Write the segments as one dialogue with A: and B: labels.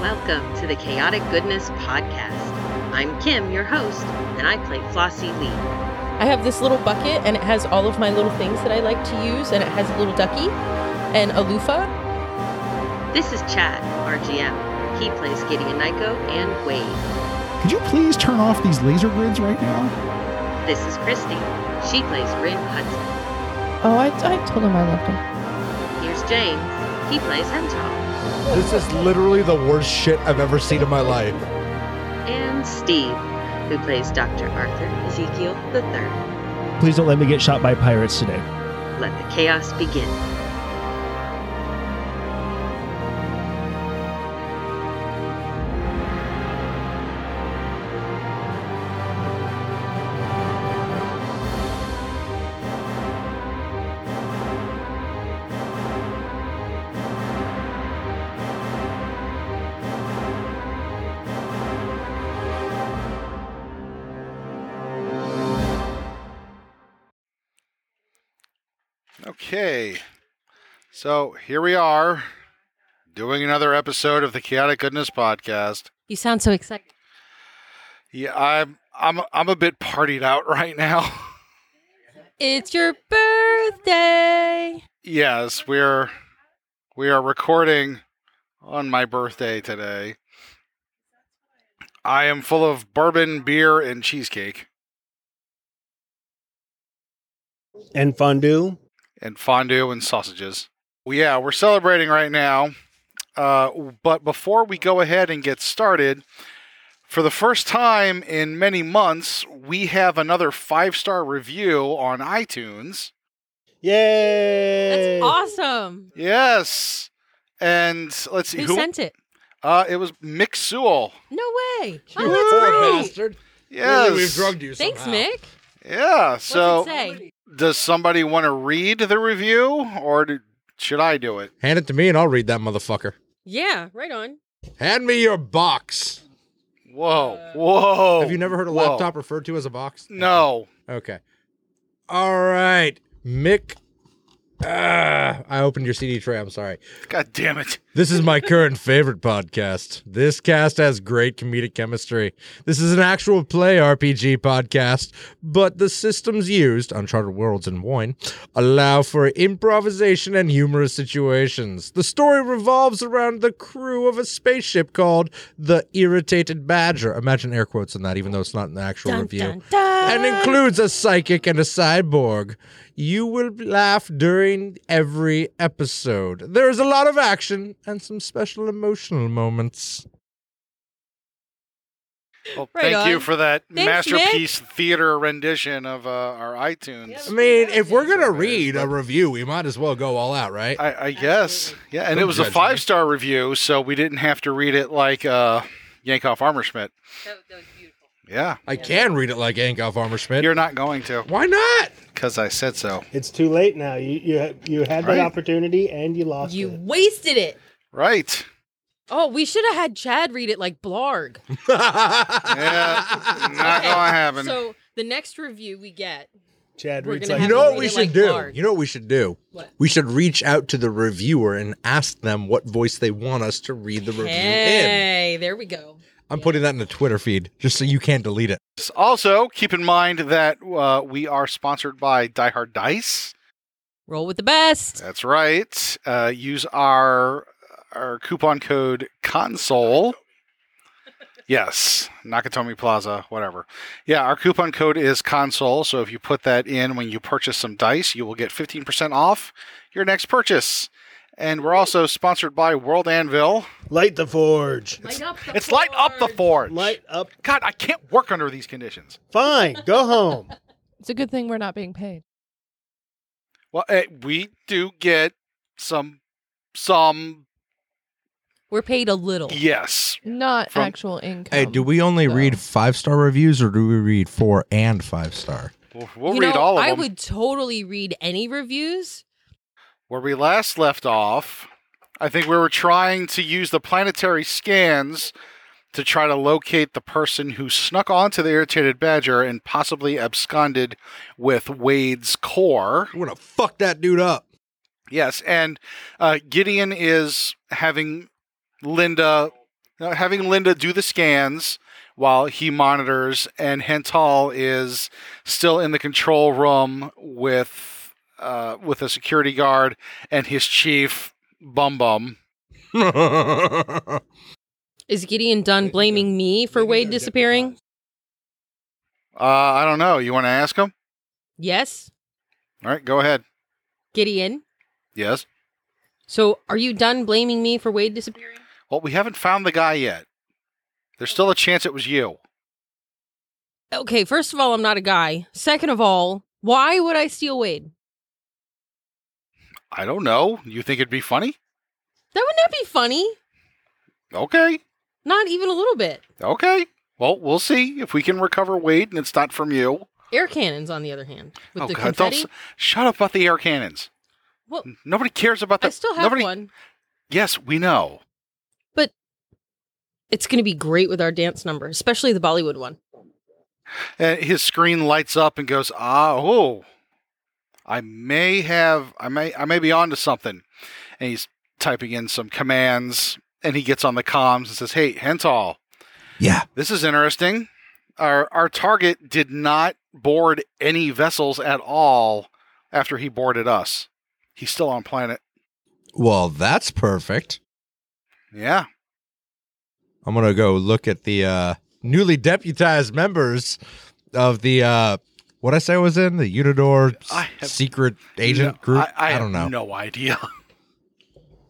A: Welcome to the Chaotic Goodness Podcast. I'm Kim, your host, and I play Flossie Lee.
B: I have this little bucket and it has all of my little things that I like to use and it has a little ducky and a loofah.
A: This is Chad, our GM. He plays Gideon Nyko and Wade.
C: Could you please turn off these laser grids right now?
A: This is Christy. She plays Rin Hudson.
B: Oh, I, I told him I loved him.
A: Here's James. He plays Hemtall.
D: This is literally the worst shit I've ever seen in my life.
A: And Steve, who plays Dr. Arthur Ezekiel III.
E: Please don't let me get shot by pirates today.
A: Let the chaos begin.
F: Okay. So here we are doing another episode of the Chaotic Goodness Podcast.
B: You sound so excited.
F: Yeah, I'm I'm I'm a bit partied out right now.
B: It's your birthday.
F: yes, we're we are recording on my birthday today. I am full of bourbon, beer, and cheesecake
E: And fondue.
F: and fondue and sausages. Well, yeah, we're celebrating right now. Uh, but before we go ahead and get started, for the first time in many months, we have another five star review on iTunes.
E: Yay!
B: That's awesome.
F: Yes. And let's see
B: Who
F: who.
B: sent it?
F: uh, it was Mick Sewell.
B: No way.
D: You
B: Oh, that's great.
D: bastard.
F: Yes.
D: Clearly We've drugged you
B: Thanks,
D: somehow.
B: Mick.
F: Yeah. So,
B: What's it say?
F: does somebody want to read the review, or do, should I do it?
D: Hand it to me and I'll read that motherfucker.
B: Yeah, right on.
D: Hand me your box.
F: Whoa!
B: Uh,
F: Whoa!
D: Have you never heard a
F: whoa.
D: laptop referred to as a box?
F: No.
D: Okay. All right. Mick. Ah, I opened your CD tray. I'm sorry.
F: God damn it.
D: This is my current favorite podcast. This cast has great comedic chemistry. This is an actual play RPG podcast, but the systems used, Uncharted Worlds and Wine, allow for improvisation and humorous situations. The story revolves around the crew of a spaceship called the Irritated Badger. Imagine air quotes on that, even though it's not an actual
B: Dun,
D: review
B: dun, dun.
D: and includes a psychic and a cyborg. You will laugh during every episode. There is a lot of action and some special emotional moments.
F: Well,
B: Right
F: thank you
B: on.
F: for that
B: Thanks,
F: masterpiece theater rendition of uh, our iTunes.
D: I mean, if we're gonna read a review, we might as well go all out, right?
F: I, I guess. Yeah, and
D: Don't
F: it was a
D: judge me.
F: five star review, so we didn't have to read it like uh, Yankoff Armerschmidt.
A: That, was beautiful.
F: Yeah.
D: I can read it like Ankoff Armor Schmidt.
F: You're not going to,
D: Why not?
F: because I said so.
G: It's too late now. You you ha- you had
F: Right.
G: that opportunity and you lost
B: You
G: it.
B: wasted it.
F: Right.
B: Oh, we should have had Chad read it like Blarg.
F: Yeah. not going to happen.
B: So the next review we get,
G: Chad
B: We're
G: reads
B: gonna
G: like
D: you
B: have
D: know
B: to
D: what
B: read
D: we
B: it
D: should
B: like
D: do?
B: hard.
D: You know what we should do?
B: What?
D: We should reach out to the reviewer and ask them what voice they want us to read the review in.
B: hey, there we go.
D: I'm putting that in the Twitter feed just so you can't delete it.
F: Also, keep in mind that uh, we are sponsored by Die Hard Dice.
B: Roll with the best.
F: That's right. Uh, use our our coupon code console. Yes, Nakatomi Plaza, whatever. Yeah, our coupon code is console. So if you put that in when you purchase some dice, you will get 15% off your next purchase. And we're also sponsored by World Anvil.
G: light the forge.
B: up the
F: It's light up the forge.
G: Light up.
F: God, I can't work under these conditions.
G: Fine. Go home.
H: It's a good thing we're not being paid.
F: Well, eh, we do get some some
B: We're paid a little.
F: yes.
H: Not
F: From-
H: actual income.
D: Hey, do we only
H: So-
D: read five star reviews or do we read four and five star?
F: We'll, we'll
B: You
F: read
B: know,
F: all of
B: I
F: them.
B: would totally read any reviews.
F: Where we last left off, I think we were trying to use the planetary scans to try to locate the person who snuck onto the irritated badger and possibly absconded with Wade's core.
D: I'm gonna fuck that dude up.
F: Yes, and uh, Gideon is having Linda no, having Linda do the scans while he monitors, and Hental is still in the control room with uh, with a security guard and his chief Bum Bum.
I: Is Gideon done blaming me for Wade disappearing?
F: Uh, I don't know. You want to ask him?
I: Yes,
F: All right, go ahead.
I: Gideon.
F: Yes.
I: So are you done blaming me for Wade disappearing?
F: Well, we haven't found the guy yet. There's still a chance it was you.
I: Okay, first of all, I'm not a guy. Second of all, why would I steal Wade?
F: I don't know. You think it'd be funny?
I: That would not be funny.
F: Okay.
I: Not even a little bit.
F: Okay. Well, we'll see if we can recover Wade and it's not from you.
I: Air cannons, on the other hand, with
F: oh
I: the
F: God! Don't
I: confetti.
F: s- shut up about the air cannons.
I: Well,
F: Nobody cares about that.
I: I still have
F: Nobody-
I: one.
F: Yes, we know.
I: It's going to be great with our dance number, especially the Bollywood one.
F: And Uh, his screen lights up and goes, "Ah, oh, I may have, I may, I may be onto something." And he's typing in some commands, and he gets on the comms and says, "Hey, Hental,
C: Yeah.
F: This is interesting. Our our target did not board any vessels at all after he boarded us. He's still on planet.
D: well, that's perfect.
F: Yeah.
D: I'm gonna go look at the uh, newly deputized members of the uh, what I say was in the Unidor
F: I have-
D: secret agent
F: No,
D: group.
F: I, I
D: don't know.
F: have no idea.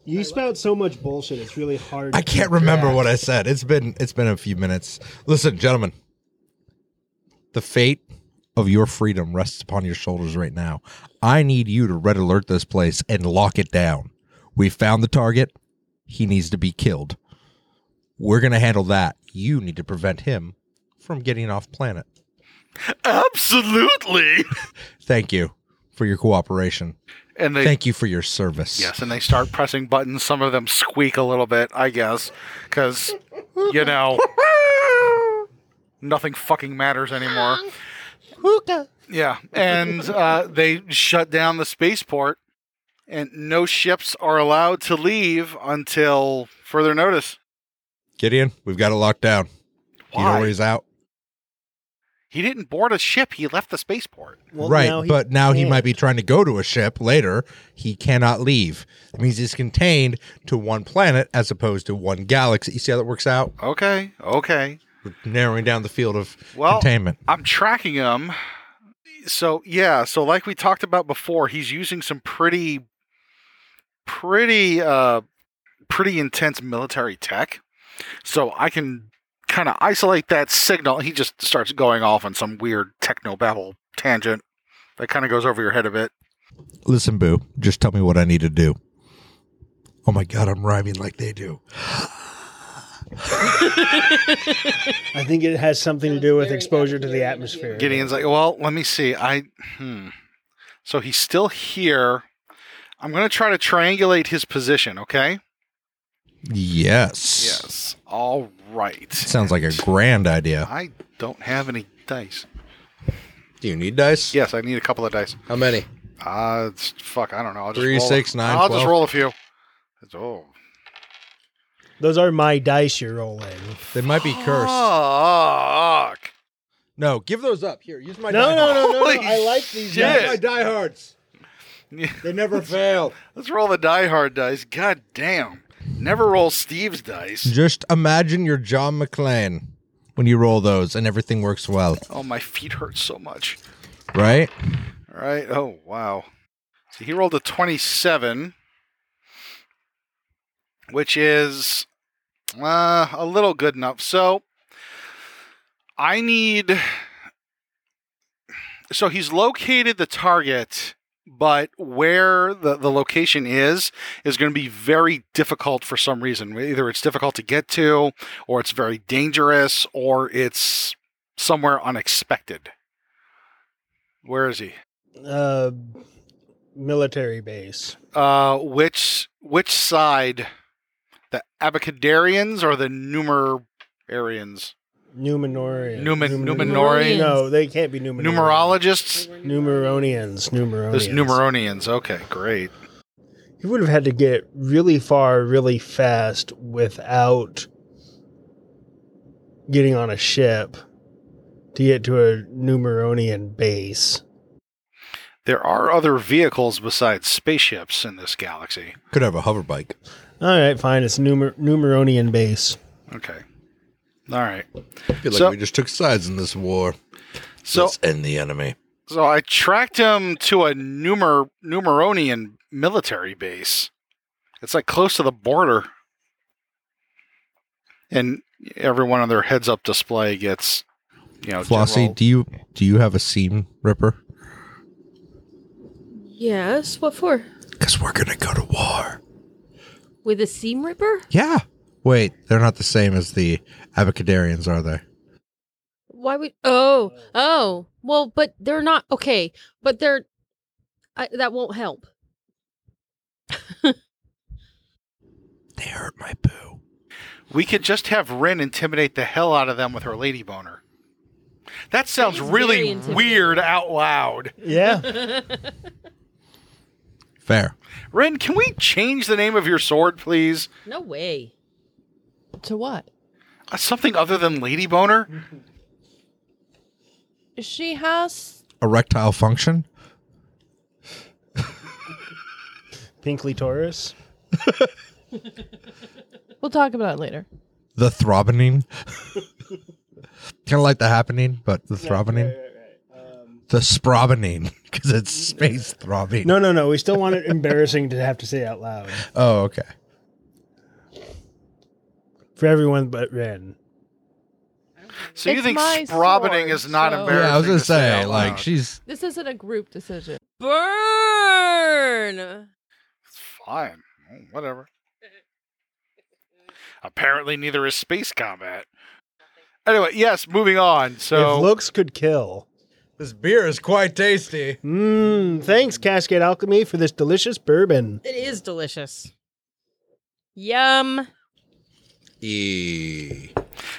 G: You spout so much bullshit. It's really hard.
D: I
G: to
D: can't
G: keep
D: remember
G: track.
D: what I said. It's been it's been a few minutes. Listen, gentlemen. The fate of your freedom rests upon your shoulders right now. I need you to red alert this place and lock it down. We found the target. He needs to be killed. We're going to handle that. You need to prevent him from getting off planet.
F: Absolutely.
D: Thank you for your cooperation.
F: And they
D: Thank you for your service.
F: yes, and they start pressing buttons. Some of them squeak a little bit, I guess, because you know nothing fucking matters anymore. Yeah, and uh, they shut down the spaceport, and no ships are allowed to leave until further notice.
D: Gideon, we've got it locked down. You know
F: Why?
D: where he's out?
F: He didn't board a ship. He left the spaceport.
G: Well,
D: right,
G: now he
D: but now he might
G: can't.
D: be trying to go to a ship later. He cannot leave. That means he's contained to one planet as opposed to one galaxy. You see how that works out?
F: Okay, okay.
D: We're narrowing down the field of
F: Well,
D: containment.
F: I'm tracking him. So yeah, so like we talked about before, he's using some pretty, pretty, uh, pretty intense military tech. So I can kind of isolate that signal. He just starts going off on some weird techno babble tangent that kind of goes over your head a bit.
D: Listen, Boo, just tell me what I need to do. Oh my God, I'm rhyming like they do.
G: I think it has something to do with exposure to the atmosphere.
F: Gideon's like, well, let me see. I hmm. So he's still here. I'm gonna try to triangulate his position. Okay.
D: Yes.
F: Yes. All right.
D: Sounds like a grand idea.
F: I don't have any dice.
D: Do you need dice?
F: Yes, I need a couple of dice.
D: How many?
F: Uh, it's- fuck, I don't know. I'll just
D: Three,
F: roll.
D: six, nine,
F: I'll just
D: 12.
F: roll a few. It's- oh.
G: Those are my dice you're rolling.
D: They might be cursed.
F: Fuck.
D: No, give those up. Here, use my
G: No,
D: die
G: no,
D: hard.
G: no, no, no.
F: Holy
G: I like these.
F: shit.
G: dice.
D: My diehards. They never fail.
F: Let's roll the die hard dice. God damn. Never roll Steve's dice.
D: Just imagine you're John McClane when you roll those and everything works well,
F: Oh, my feet hurt so much.
D: right?
F: All right. Oh, wow. So he rolled a 27, which is uh, a little good enough. So I need. So he's located the target, but where the, the location is is going to be very difficult for some reason. Either it's difficult to get to, or it's very dangerous, or it's somewhere unexpected. Where is he?
G: Uh, military base.
F: Uh, which which side, the Abacadarians or the Numer Arians.
G: Numenorians.
F: Numen-
I: Numenorians.
F: Numenorian.
G: No, they can't be Numenorians.
F: Numerologists?
G: Numeronians. Numeronians.
F: Those Numeronians. Okay, great.
G: You would have had to get really far, really fast without getting on a ship to get to a Numeronian base.
F: There are other vehicles besides spaceships in this galaxy.
D: Could have a hover bike.
G: All right, fine. It's Numer- Numeronian base.
F: Okay. All right.
D: I feel like
F: So-
D: we just took sides in this war.
F: So
D: Let's end the enemy.
F: so I tracked him to a Numer Numeronian military base. It's like close to the border. And everyone on their heads up display gets you know
D: Flossie,
F: general-
D: do you do you have a seam ripper?
B: Yes. What for?
D: Because we're gonna go to war.
B: With a seam ripper?
D: Yeah. Wait, they're not the same as the Abacadarians, are they?
B: Why would? Oh, oh. Well, but they're not okay. But they're I, that won't help.
D: They hurt my poo.
F: We could just have Rin intimidate the hell out of them with her lady boner. That sounds really
B: intimidating.
F: weird out loud.
G: Yeah.
D: Fair.
F: Rin, can we change the name of your sword, please?
B: No way.
J: To what?
F: Uh, something other than lady boner?
J: She has.
D: Erectile function?
G: Pinkley Taurus.
J: We'll talk about it later.
D: The throbbing? kind of like the happening, but the throbbing?
F: Um,
D: the sprobbing, because it's space throbbing.
G: No, no, no. We still want it embarrassing to have to say out loud
D: Oh, okay.
G: for everyone but Ren.
F: So you
J: It's
F: think
J: my
F: sprobbening
J: sword,
F: is not
J: so- Yeah, I
F: embarrassing?
D: yeah, I was
J: was
F: going
D: gonna
F: to
D: say,
F: out
D: like,
F: loud?
D: she's
J: This isn't a group decision.
B: Burn.
F: Fine. Mm, Whatever. Apparently, neither is space combat. Anyway, yes, moving on. So,
G: if looks could kill.
D: this beer is quite tasty.
G: Mmm. Thanks, Cascade Alchemy, for this delicious bourbon.
I: It is delicious. Yum.
D: E.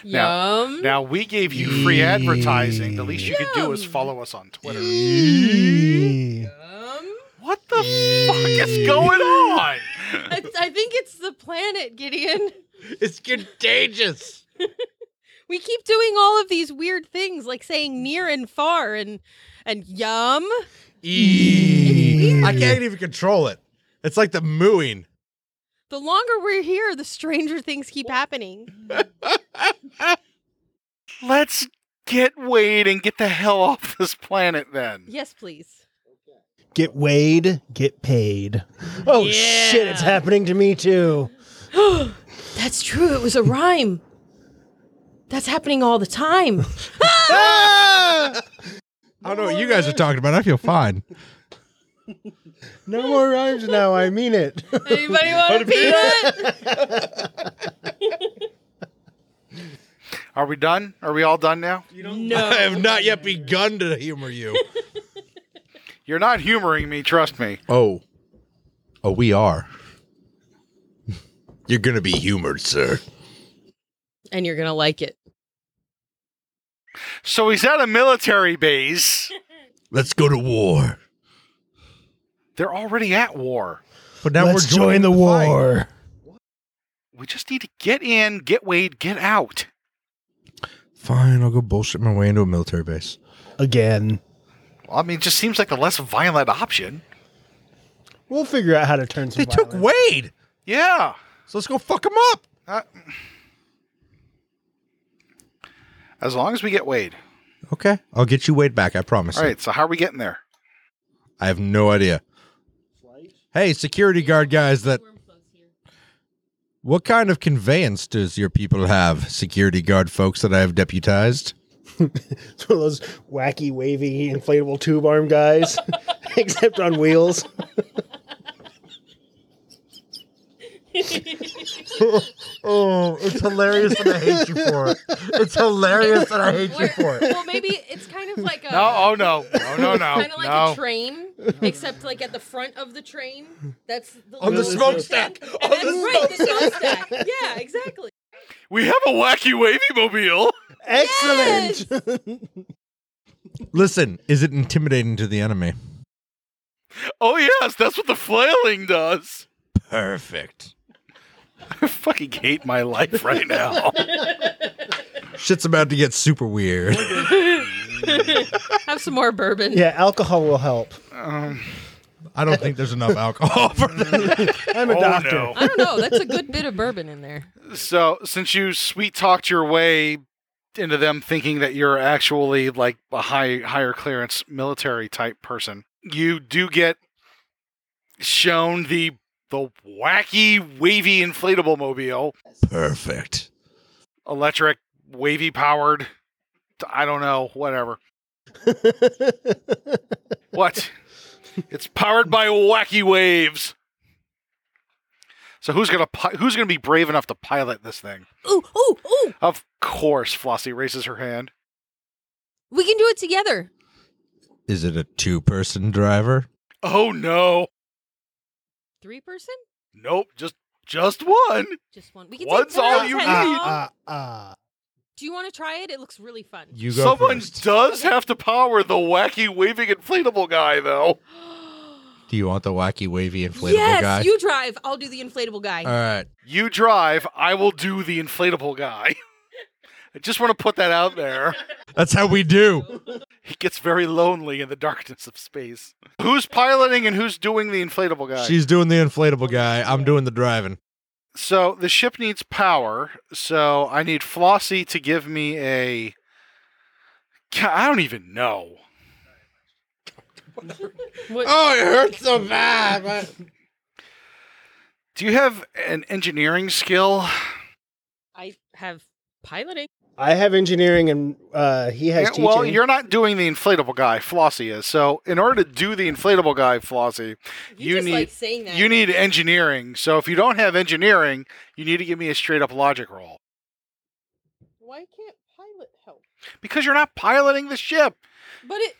F: Now-
I: Yum.
F: now we gave you free advertising. The least you could do is follow us on Twitter.
D: E.
I: Yum.
F: What the fuck is going on?
I: I, I think it's the planet, Gideon.
D: It's contagious.
I: We keep doing all of these weird things, like saying near and far and and yum.
D: E. I can't even control it. It's like the mooing.
I: The longer we're here, the stranger things keep happening.
F: Let's get Wade and get the hell off this planet then.
I: Yes, please.
G: Get weighed, get paid. Oh shit, it's happening to me too.
I: That's true. It was a rhyme. That's happening all the time.
D: Ah! I don't know what you guys are talking about. I feel fine.
G: No more rhymes now, I mean it.
I: Anybody want a peanut?
F: Are we done? Are we all done now?
D: I have not yet begun to humor you.
F: You're not humoring me, trust me.
D: Oh. Oh, we are. You're going to be humored, sir.
I: and you're gonna like it.
F: So he's at a military base.
D: Let's go to war.
F: They're already at war.
D: But now
G: Let's
D: we're
G: join
D: joining
G: the
D: fight.
G: war.
F: We just need to get in, get Wade, get out.
D: Fine, I'll go bullshit my way into a military base.
G: Again.
F: Well, I mean, it just seems like the less violent option.
G: We'll figure out how to turn some
D: They took
G: violence.
D: Wade.
F: Yeah.
D: So let's go fuck him up.
F: Uh, as long as we get Wade.
D: Okay. I'll get you Wade back, I promise.
F: All right, so how are we getting there?
D: I have no idea. Hey, security guard guys that What kind of conveyance does your people have, security guard folks that I have deputized?
G: It's one of those wacky, wavy, inflatable tube arm guys. Except on wheels.
D: Oh, it's hilarious that I hate you for it. It's hilarious that I hate you for it.
I: Well, maybe it's kind of like a
F: oh no. Oh no, no.
I: kind of like a train, except like at the front of the train. That's the
D: On the
I: little-
D: smokestack.
I: And
D: On
I: that's
D: the
I: right, the smokestack. Yeah, exactly.
F: We have a wacky wavy mobile.
G: Excellent.
D: Listen, is it intimidating to the enemy?
F: Oh yes, that's what the flailing does.
D: Perfect.
F: I fucking hate my life right now. Oh,
D: Shit's about to get super weird.
I: Have some more bourbon.
G: yeah, alcohol will help.
F: um,
D: I don't think there's enough alcohol for that.
G: I'm a
F: oh,
G: doctor.
F: no.
I: I don't know. That's a good bit of bourbon in there.
F: So, since you sweet talked your way into them thinking that you're actually like a high higher clearance military type person, you do get shown the the wacky wavy inflatable mobile,
D: Perfect.
F: electric, wavy powered, I don't know, whatever. What? it's powered by wacky waves. So who's gonna pi- who's gonna be brave enough to pilot this thing?
B: Ooh, ooh, ooh.
F: Of course, Flossie raises her hand.
B: We can do it together.
D: Is it a two-person driver?
F: Oh no.
B: Three person?
F: Nope, just just one.
B: Just one. We can
F: One's
B: take one
F: all
B: at a
F: you
B: time.
F: need.
B: Tom.
G: Ah, ah,
B: Do you want to try it? It looks really fun.
D: You go
F: Someone
D: first.
F: does have to power the wacky waving inflatable guy though.
D: Do you want the wacky, wavy, inflatable
B: yes,
D: guy?
B: you drive. I'll do the inflatable guy.
D: All right.
F: You drive, I will do the inflatable guy. I just want to put that out there.
D: That's how we do.
F: He gets very lonely in the darkness of space. Who's piloting and who's doing the inflatable guy?
D: She's doing the inflatable guy. I'm doing the driving.
F: So the ship needs power. So I need Flossie to give me a. Ca- I don't even know.
D: Oh, it hurts so bad.
F: Do you have an engineering skill?
I: I have piloting.
G: I have engineering and uh, he has
F: Yeah,
G: teaching.
F: well, you're not doing the inflatable guy. Flossie is. So in order to do the inflatable guy, Flossie, You
I: just
F: need-
I: like saying that.
F: you need engineering. So if you don't have engineering, you need to give me a straight up logic roll
I: Why can't pilot help?
F: because you're not piloting the ship.
I: But it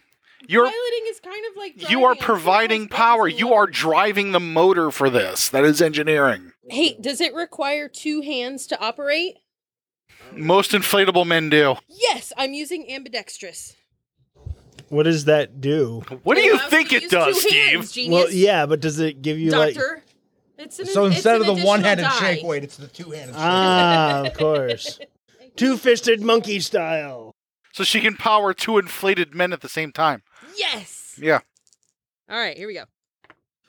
F: You're
I: piloting is kind of like
F: you are providing power. You are driving the motor for this. That is engineering.
I: Hey, does it require two hands to operate?
F: Most inflatable men do.
I: Yes, I'm using ambidextrous.
G: what does that do?
F: What do
I: It
F: you
I: allows
F: think
I: to
F: it
I: use
F: does,
I: two
F: Steve?
I: hands, genius.
G: Well, yeah, but does it give you like?
I: Doctor. It's an, it's an additional die.
D: wait, it's the two-handed
G: Ah, of course. Two-fisted monkey style.
F: So she can power two inflated men at the same time.
B: Yes.
F: Yeah.
B: All right, here we go.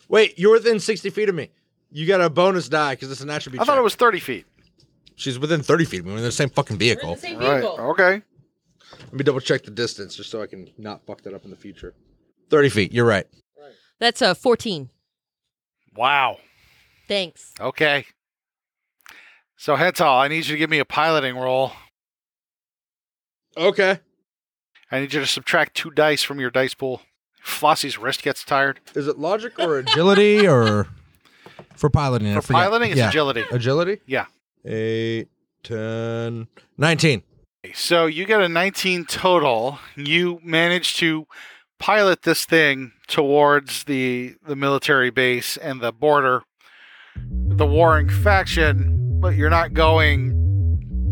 D: Wait, you're within 60 feet of me. You got a bonus die because it's an attribute.
F: I thought
D: check.
F: it was 30 feet.
D: She's within 30 feet of me. We're in the same fucking
I: We're in
D: vehicle.
I: the same
F: Right.
I: vehicle.
F: Okay.
D: Let me double check the distance just so I can not fuck that up in the future. 30 feet. You're right.
B: That's a 14.
F: Wow.
B: Thanks.
F: Okay. So Hetal, I need you to give me a piloting roll.
D: Okay.
F: I need you to subtract two dice from your dice pool. Flossie's wrist gets tired.
D: Is it logic or agility or for piloting? I
F: For
D: forget.
F: piloting, it's
D: yeah.
F: agility.
D: Agility?
F: Yeah.
D: 8, 10, 19.
F: So you get a 19 total. You manage to pilot this thing towards the the military base and the border, the warring faction, but you're not going,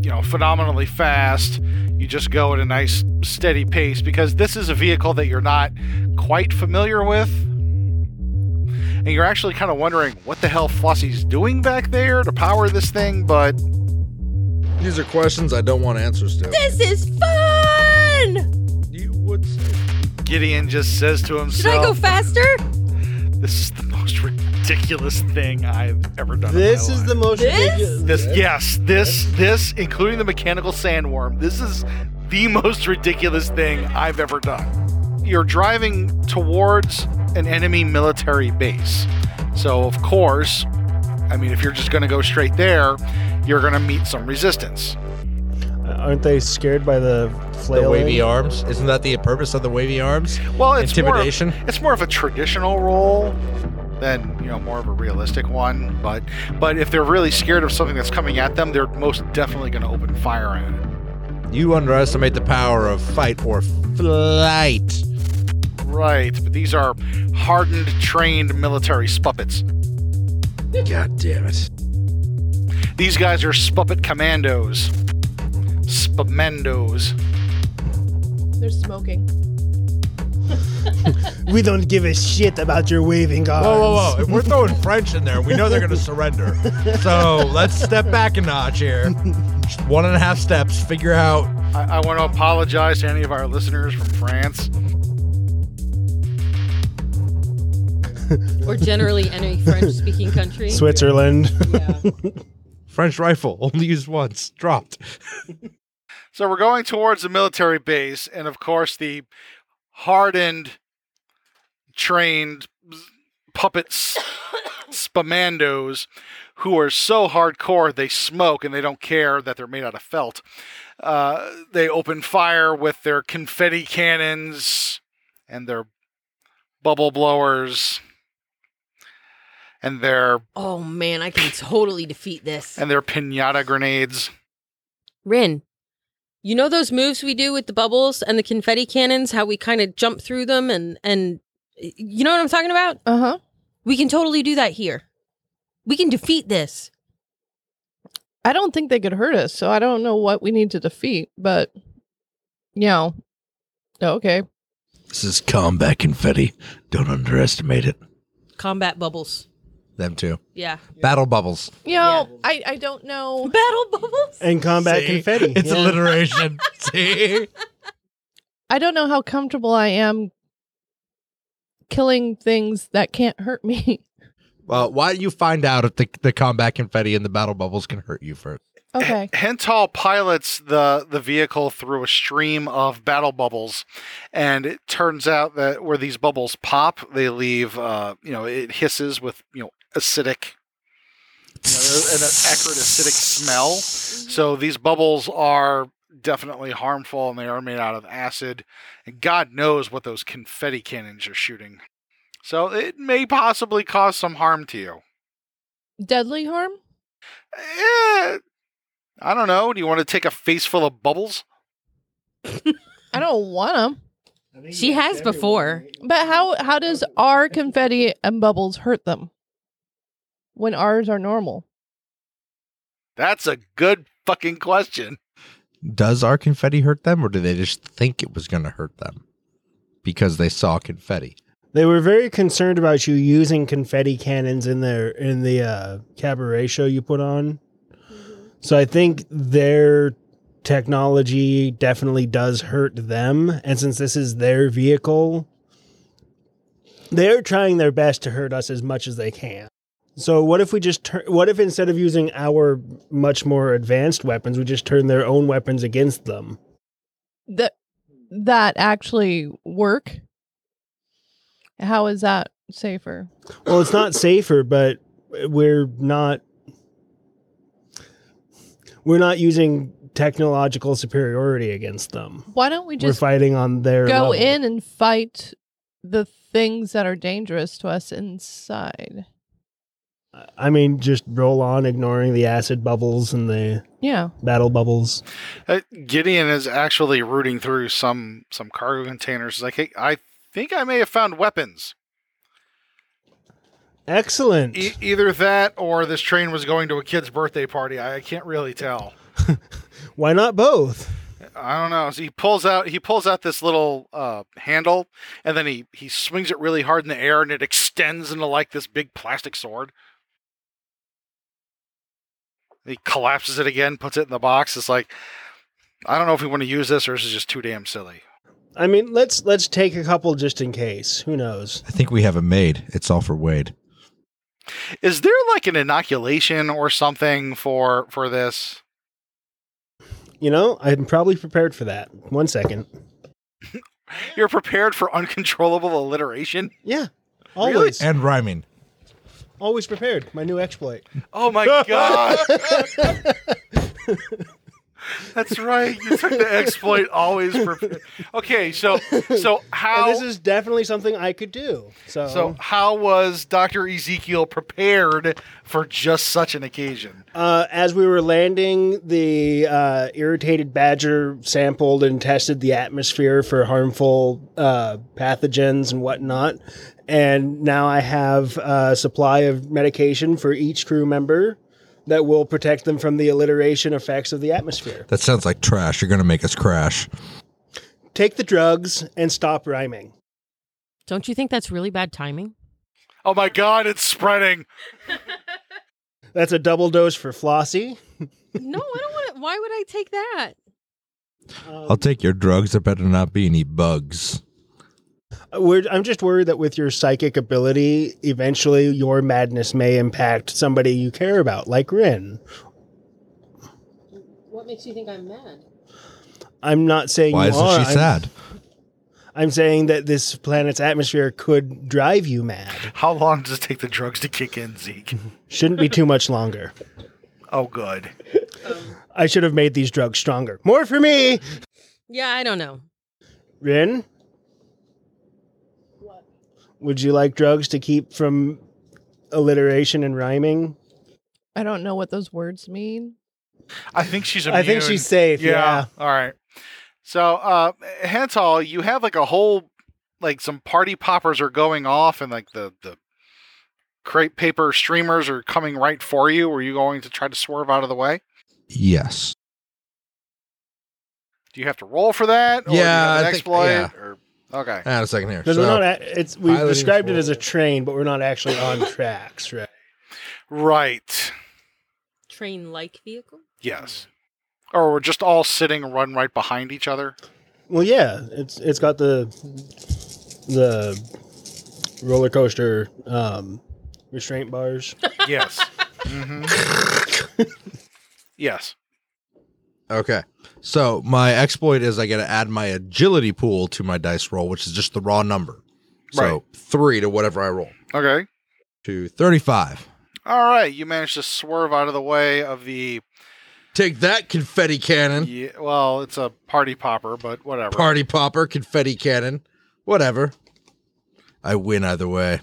F: you know, phenomenally fast. You just go at a nice steady pace because this is a vehicle that you're not quite familiar with. And you're actually kind of wondering what the hell Flossie's doing back there to power this thing, but
D: These are questions I don't want answers to.
B: This is fun.
D: You would say.
F: Gideon just says to himself,
B: Should I go faster?
F: This is the most ridiculous thing I've ever done.
G: This
F: in my
G: is
F: life.
G: the most
B: This?
G: ridiculous.
F: This, yes, this, this, including the mechanical sandworm. This is the most ridiculous thing I've ever done. You're driving towards an enemy military base, so of course, I mean, if you're just going to go straight there, you're going to meet some resistance.
G: Uh, Aren't they scared by the flailing?
D: The wavy arms? Isn't that the purpose of the wavy arms?
F: Well, it's more of-
D: Intimidation?
F: it's more of a traditional role than you know more of a realistic one but but if they're really scared of something that's coming at them they're most definitely going to open fire on it
D: You underestimate the power of fight or flight.
F: right but these are hardened trained military spuppets
D: God damn it.
F: These guys are Spuppet Commandos. Spumendos.
J: They're smoking.
G: We don't give a shit about your waving arms.
D: Whoa, whoa, whoa. If we're throwing French in there, we know they're going to surrender. So let's step back a notch here. Just one and a half steps, figure out.
F: I, I want to apologize to any of our listeners from France.
B: or generally any French speaking country.
G: Switzerland.
B: Yeah.
D: French rifle, only used once, dropped.
F: So we're going towards the military base, and of course, the hardened, trained puppets, spamandos, who are so hardcore they smoke and they don't care that they're made out of felt. Uh, they open fire with their confetti cannons and their bubble blowers and their
B: Oh man, I can totally defeat this.
F: and their pinata grenades.
B: Rin, you know those moves we do with the bubbles and the confetti cannons, how we kind of jump through them and and you know what I'm talking about?
J: Uh huh.
B: We can totally do that here. We can defeat this.
J: I don't think they could hurt us, so I don't know what we need to defeat, but you know. Okay.
D: This is combat confetti. Don't underestimate it.
B: Combat bubbles.
D: Them too.
B: Yeah.
D: Battle bubbles.
J: You know, I, I don't know.
B: Battle bubbles?
G: And combat
D: See?
G: confetti.
D: It's
G: yeah.
D: alliteration. See?
J: I don't know how comfortable I am killing things that can't hurt me.
D: Well, why don't you find out if the, the combat confetti and the battle bubbles can hurt you first?
J: Okay.
F: Hental pilots the, the vehicle through a stream of battle bubbles, and it turns out that where these bubbles pop, they leave, uh, you know, it hisses with, you know, acidic, you know, an acrid acidic smell. So these bubbles are definitely harmful, and they are made out of acid, and God knows what those confetti cannons are shooting. So it may possibly cause some harm to you.
J: Deadly harm?
F: Eh, I don't know. Do you want to take a face full of bubbles?
J: I don't want them.
B: She has before.
J: But how how does our confetti and bubbles hurt them when ours are normal?
F: That's a good fucking question.
D: Does our confetti hurt them, or do they just think it was going to hurt them because they saw confetti?
G: They were very concerned about you using confetti cannons in their in the uh, cabaret show you put on. So I think their technology definitely does hurt them, and since this is their vehicle, they're trying their best to hurt us as much as they can. So what if we just turn? What if instead of using our much more advanced weapons, we just turn their own weapons against them?
J: That that actually work? How is that safer?
G: Well, it's not safer, but we're not we're not using technological superiority against them.
J: Why don't we
G: we're
J: just go
G: fighting on their level.
J: in and fight the things that are dangerous to us inside?
G: I mean, just roll on, ignoring the acid bubbles and the
J: Yeah.
G: battle bubbles.
F: Uh, Gideon is actually rooting through some some cargo containers. He's like, hey, I think I may have found weapons.
G: Excellent.
F: E- either that or this train was going to a kid's birthday party. I, I can't really tell.
G: Why not both?
F: I don't know. So he pulls out he pulls out this little uh, handle, and then he he swings it really hard in the air, and it extends into like this big plastic sword. He collapses it again, puts it in the box. It's like, I don't know if we want to use this or this is just too damn silly.
G: I mean, let's let's take a couple just in case. Who knows?
D: I think we have a maid. It's all for Wade.
F: Is there like an inoculation or something for for this?
G: You know, I'm probably prepared for that. One second.
F: You're prepared for uncontrollable alliteration?
G: Yeah. Always
D: And rhyming.
G: always prepared. My new exploit.
F: Oh my god. That's right. You took the exploit always prepared. Okay, so so how
G: And this is uh-huh. definitely something I could do. So,
F: so how was Dr. Ezekiel prepared for just such an occasion?
G: uh, as we were landing, the uh, irritated badger sampled and tested the atmosphere for harmful uh, pathogens and whatnot. And now I have a supply of medication for each crew member. that will protect them from the alliteration effects of the atmosphere.
D: That sounds like trash. You're going to make us crash.
G: Take the drugs and stop rhyming.
B: Don't you think that's really bad timing?
F: Oh my god, it's spreading.
G: That's a double dose for Flossie.
B: no, I don't want to. Why would I take that?
G: Um,
D: I'll take your drugs. There better not be any bugs.
G: We're, I'm just worried that with your psychic ability, eventually your madness may impact somebody you care about, like Rin.
B: What makes you think I'm mad?
G: I'm not saying
D: Why
G: you
D: isn't
G: are.
D: she
G: I'm-
D: sad?
G: I'm saying that this planet's atmosphere could drive you mad.
F: How long does it take the drugs to kick in, Zeke?
G: Shouldn't be too much longer.
F: Oh, good.
G: I should have made these drugs stronger. More for me,
B: Yeah, I don't know.
G: Rin. What? Would you like drugs to keep from alliteration and rhyming?
J: I don't know what those words mean.
F: I think she's immune.
G: I think she's safe. Yeah.
F: All right. So, uh, Hansel, you have like a whole, like some party poppers are going off, and like the the crepe paper streamers are coming right for you. Are you going to try to swerve out of the way?
D: Yes.
F: Do you have to roll for that? do you
D: Yeah,
F: have
D: I
F: an
D: think-
F: exploit?
D: yeah.
F: Or okay.
D: Ah, a second here.
G: Because
D: So-
G: we're not. At, it's we
D: piloting
G: described it
D: forward.
G: as a train, but we're not actually on tracks, right?
F: Right.
B: Train like vehicle?
F: Yes. Or we're just all sitting run right behind each other.
G: Well, yeah. It's it's got the the roller coaster um, restraint bars.
F: Yes. hmm yes.
D: Okay. So my exploit is I got to add my agility pool to my dice roll, which is just the raw number. So
F: Right.
D: three to whatever I roll
F: Okay.
D: to 35.
F: All right, you managed to swerve out of the way of the.
D: Take that confetti cannon,
F: Yeah, well, it's a party popper, but whatever.
D: party popper, confetti cannon, whatever. I win either way.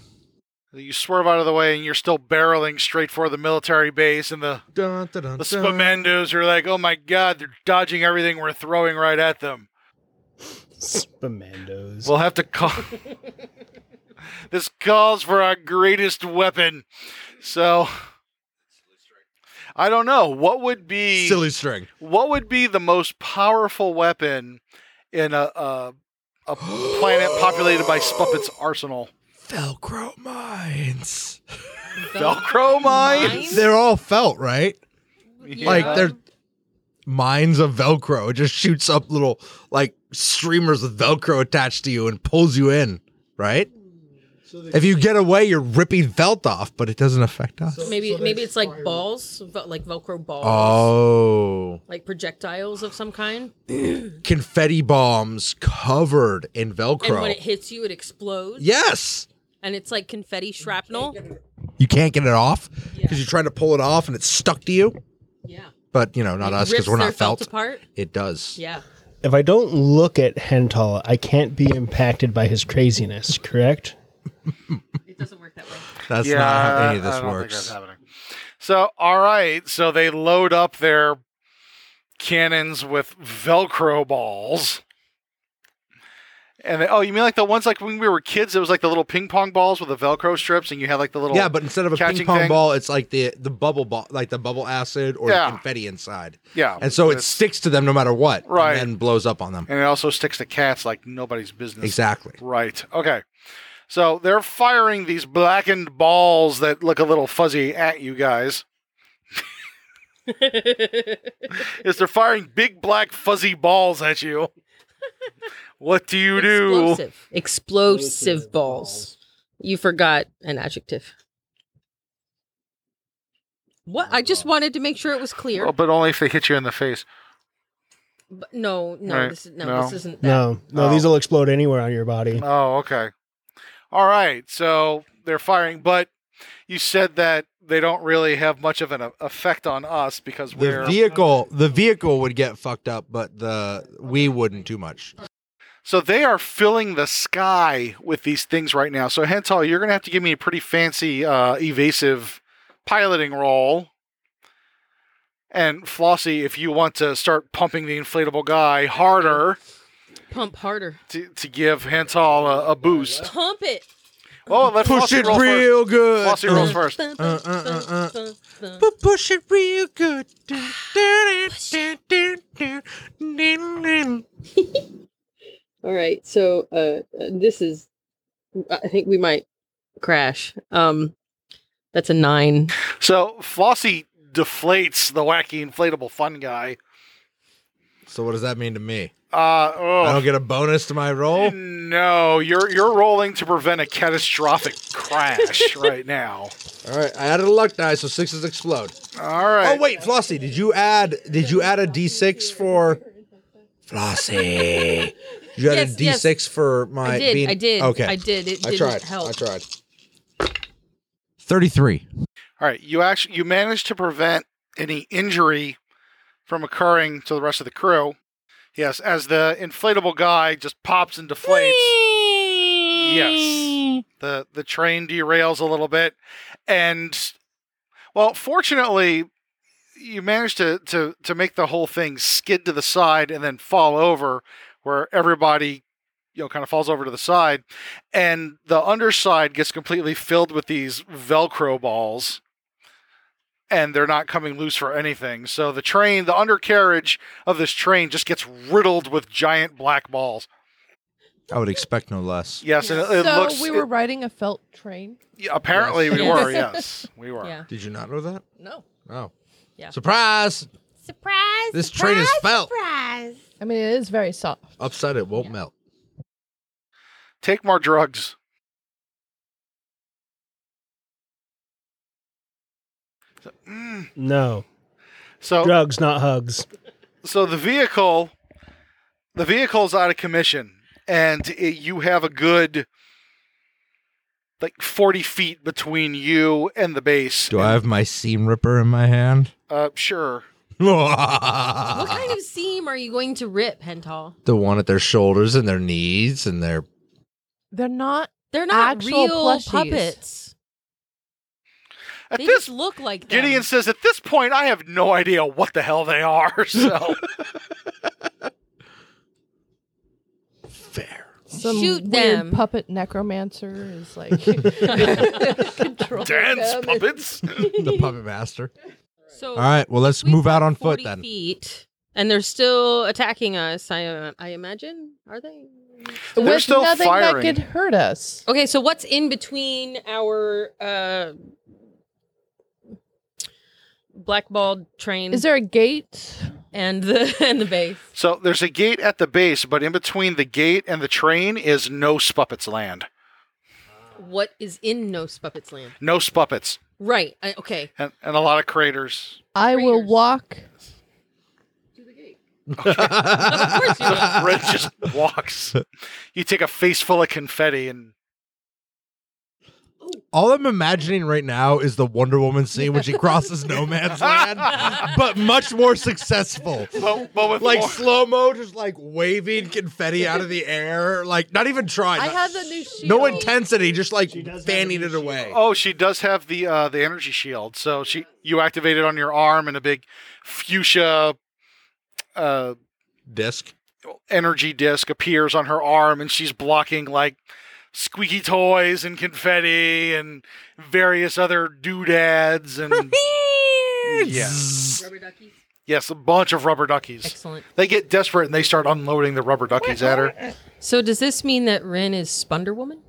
F: you swerve out of the way, and you're still barreling straight for the military base, and the
D: Dun, dun, dun,
F: the
D: dun.
F: Spamandos are like, "Oh my God, they're dodging everything we're throwing right at them."
G: Spamandos.
F: We'll have to call. this calls for our greatest weapon. So, I don't know what would be
D: Silly string.
F: what would be the most powerful weapon in a a, a planet populated by Spuppet's arsenal?
D: Velcro mines.
F: Velcro mines.
B: Mines?
D: They're all felt, right?
F: Yeah.
D: Like they're mines of Velcro. It just shoots up little like streamers with Velcro attached to you and pulls you in, right? if you get away, you're ripping Velt off, but it doesn't affect us.
B: Maybe maybe it's like balls, vel- like Velcro balls,
D: oh,
B: like projectiles of some kind.
D: confetti bombs covered in
B: And when
D: Velcro.
B: it hits you, it explodes.
D: yes,
B: And it's like confetti shrapnel.
D: you can't get it off because you're trying to pull it off and it's stuck to you.
B: Yeah.
D: But you know, not
B: It
D: us because
B: rips
D: we're
B: their
D: not felt.
B: apart.
D: It does.
B: Yeah.
G: if I don't look at Hental, I can't be impacted by his craziness. Correct?
B: It doesn't work that way.
D: That's
F: Yeah,
D: not how any of
F: I- I
D: this
F: don't think that's
D: works.
F: happening. So, all right. So they load up their cannons with Velcro balls. And they, oh, you mean like the ones like when we were kids? It was like the little ping pong balls with the Velcro strips, and you had like the little
D: Yeah, but instead of a ping
F: catching
D: pong
F: thing.
D: ball, it's like the the bubble ball, like the bubble acid or
F: Yeah.
D: the confetti inside,
F: yeah,
D: and so it
F: it's-
D: sticks to them no matter what,
F: Right.
D: And then blows up on them.
F: and it also sticks to cats like nobody's business.
D: Exactly.
F: Right. Okay. So they're firing these blackened balls that look a little fuzzy at you guys. Is they're firing big black fuzzy balls at you. What do you do?
B: Explosive. Explosive balls. You forgot an adjective. What? I just wanted to make sure it was clear.
F: Well, but only if they hit you in the face.
B: But no, no,
F: Right.
B: this is, no,
F: No.
B: this isn't that.
G: No, no.
F: Oh.
G: These will explode anywhere on your body.
F: Oh, okay. All right. So they're firing, but you said that they don't really have much of an a- effect on us because
D: The
F: we're
D: vehicle, the vehicle would get fucked up, but the we wouldn't too much.
F: So they are filling the sky with these things right now. So Hental, you're going to have to give me a pretty fancy uh, evasive piloting roll. And Flossie, if you want to start pumping the inflatable guy harder
B: Pump harder.
F: to, to give Hental a, a boost,
B: Pump it.
F: Oh, let
D: Push
F: Flossie
D: it
F: roll first.
D: real good.
F: Flossie rolls first.
D: uh, But push it real good. Dun, dun, dun, dun, dun, dun, dun, dun.
B: All right. So uh, uh, this is, I think we might crash. Um, that's a nine.
F: So Flossie deflates the wacky inflatable fun guy.
D: So what does that mean to me?
F: Uh, oh.
D: I don't get a bonus to my roll.
F: No, you're you're rolling to prevent a catastrophic crash right now.
D: All right, I added a luck die, so sixes explode.
F: All right.
D: Oh wait, Flossie, did you add? Did you add a d6 for Flossie? You added
B: Yes,
D: a d6 for my.
B: I did.
D: being-
B: I did.
D: Okay,
B: I did. It
D: I
B: didn't
D: tried.
B: help.
D: I tried. Thirty-three.
F: All right. You actually you managed to prevent any injury from occurring to the rest of the crew. Yes, as the inflatable guy just pops and deflates. Yes. The the train derails a little bit and well, fortunately you managed to to to make the whole thing skid to the side and then fall over where everybody you know kind of falls over to the side and the underside gets completely filled with these velcro balls and they're not coming loose for anything. So the train, the undercarriage of this train just gets riddled with giant black balls.
D: I would expect no less.
F: Yes, and it, it
J: so
F: looks
J: we were riding a felt train.
F: it- apparently we
B: Yes.
F: were, yes. We were.
B: Yeah.
D: Did you not know that?
J: No,
D: Oh.
B: Yeah.
D: Surprise!
B: Surprise.
D: This train is felt.
J: I mean it is very soft.
D: Upside it won't melt.
F: Take more drugs. So, mm.
G: No.
F: so
G: Drugs, not hugs.
F: so the vehicle the vehicle's out of commission and it, you have a good like 40 feet between you and the base
D: Do I have my seam ripper in my hand?
F: uh sure
B: What kind of seam are you going to rip, Hental?
D: the one at their shoulders and their knees and their
J: They're not.
B: They're not
J: Actual
B: real
J: plushies.
B: puppets.
F: at
B: they
F: this
B: just look like them.
F: Gideon says, at this point, I have no idea what the hell they are. So,
D: fair.
J: Some
B: Shoot
J: weird
B: them.
J: Puppet necromancer is like controlling
F: dance
J: them.
F: puppets.
D: the puppet master.
B: So
D: All right, well let's
B: we've
D: move out
B: got
D: on foot
B: 40
D: then.
B: Feet, and they're still attacking us. I uh, I imagine. Are they?
F: They're
J: With
F: still
J: nothing
F: firing.
J: that could hurt us.
B: Okay, so what's in between our uh blackballed train
J: Is there a gate?
B: and the and the base?
F: so there's a gate at the base, but in between the gate and the train is no Spuppets land.
B: What is in No Spuppets Land?
F: No Spuppets.
B: Right. I, okay.
F: And, and a lot of craters.
J: I will
B: Traitors.
J: walk.
B: Of course you will.
F: Red just walks. You take a face full of confetti and.
D: All I'm imagining right now is the Wonder Woman scene when she crosses no man's land, but much more successful.
F: But, but with
D: Like
F: more-
D: slow mo, just like waving confetti out of the air, like not even trying.
J: I
D: not-
J: have the new shield.
D: no intensity, just like
G: does have
D: fanning
G: a
D: it
G: new
D: away.
F: Oh, she does have the uh, the energy shield. So she you activate it on your arm in a big fuchsia uh,
G: Oh.
D: Disc.
F: energy disc appears on her arm and she's blocking like squeaky toys and confetti and various other doodads and yes
B: Rubber duckies.
F: yes a bunch of rubber duckies
B: Excellent.
F: they get desperate and they start unloading the rubber duckies at her
B: So does this mean that Rin is Spunder Woman?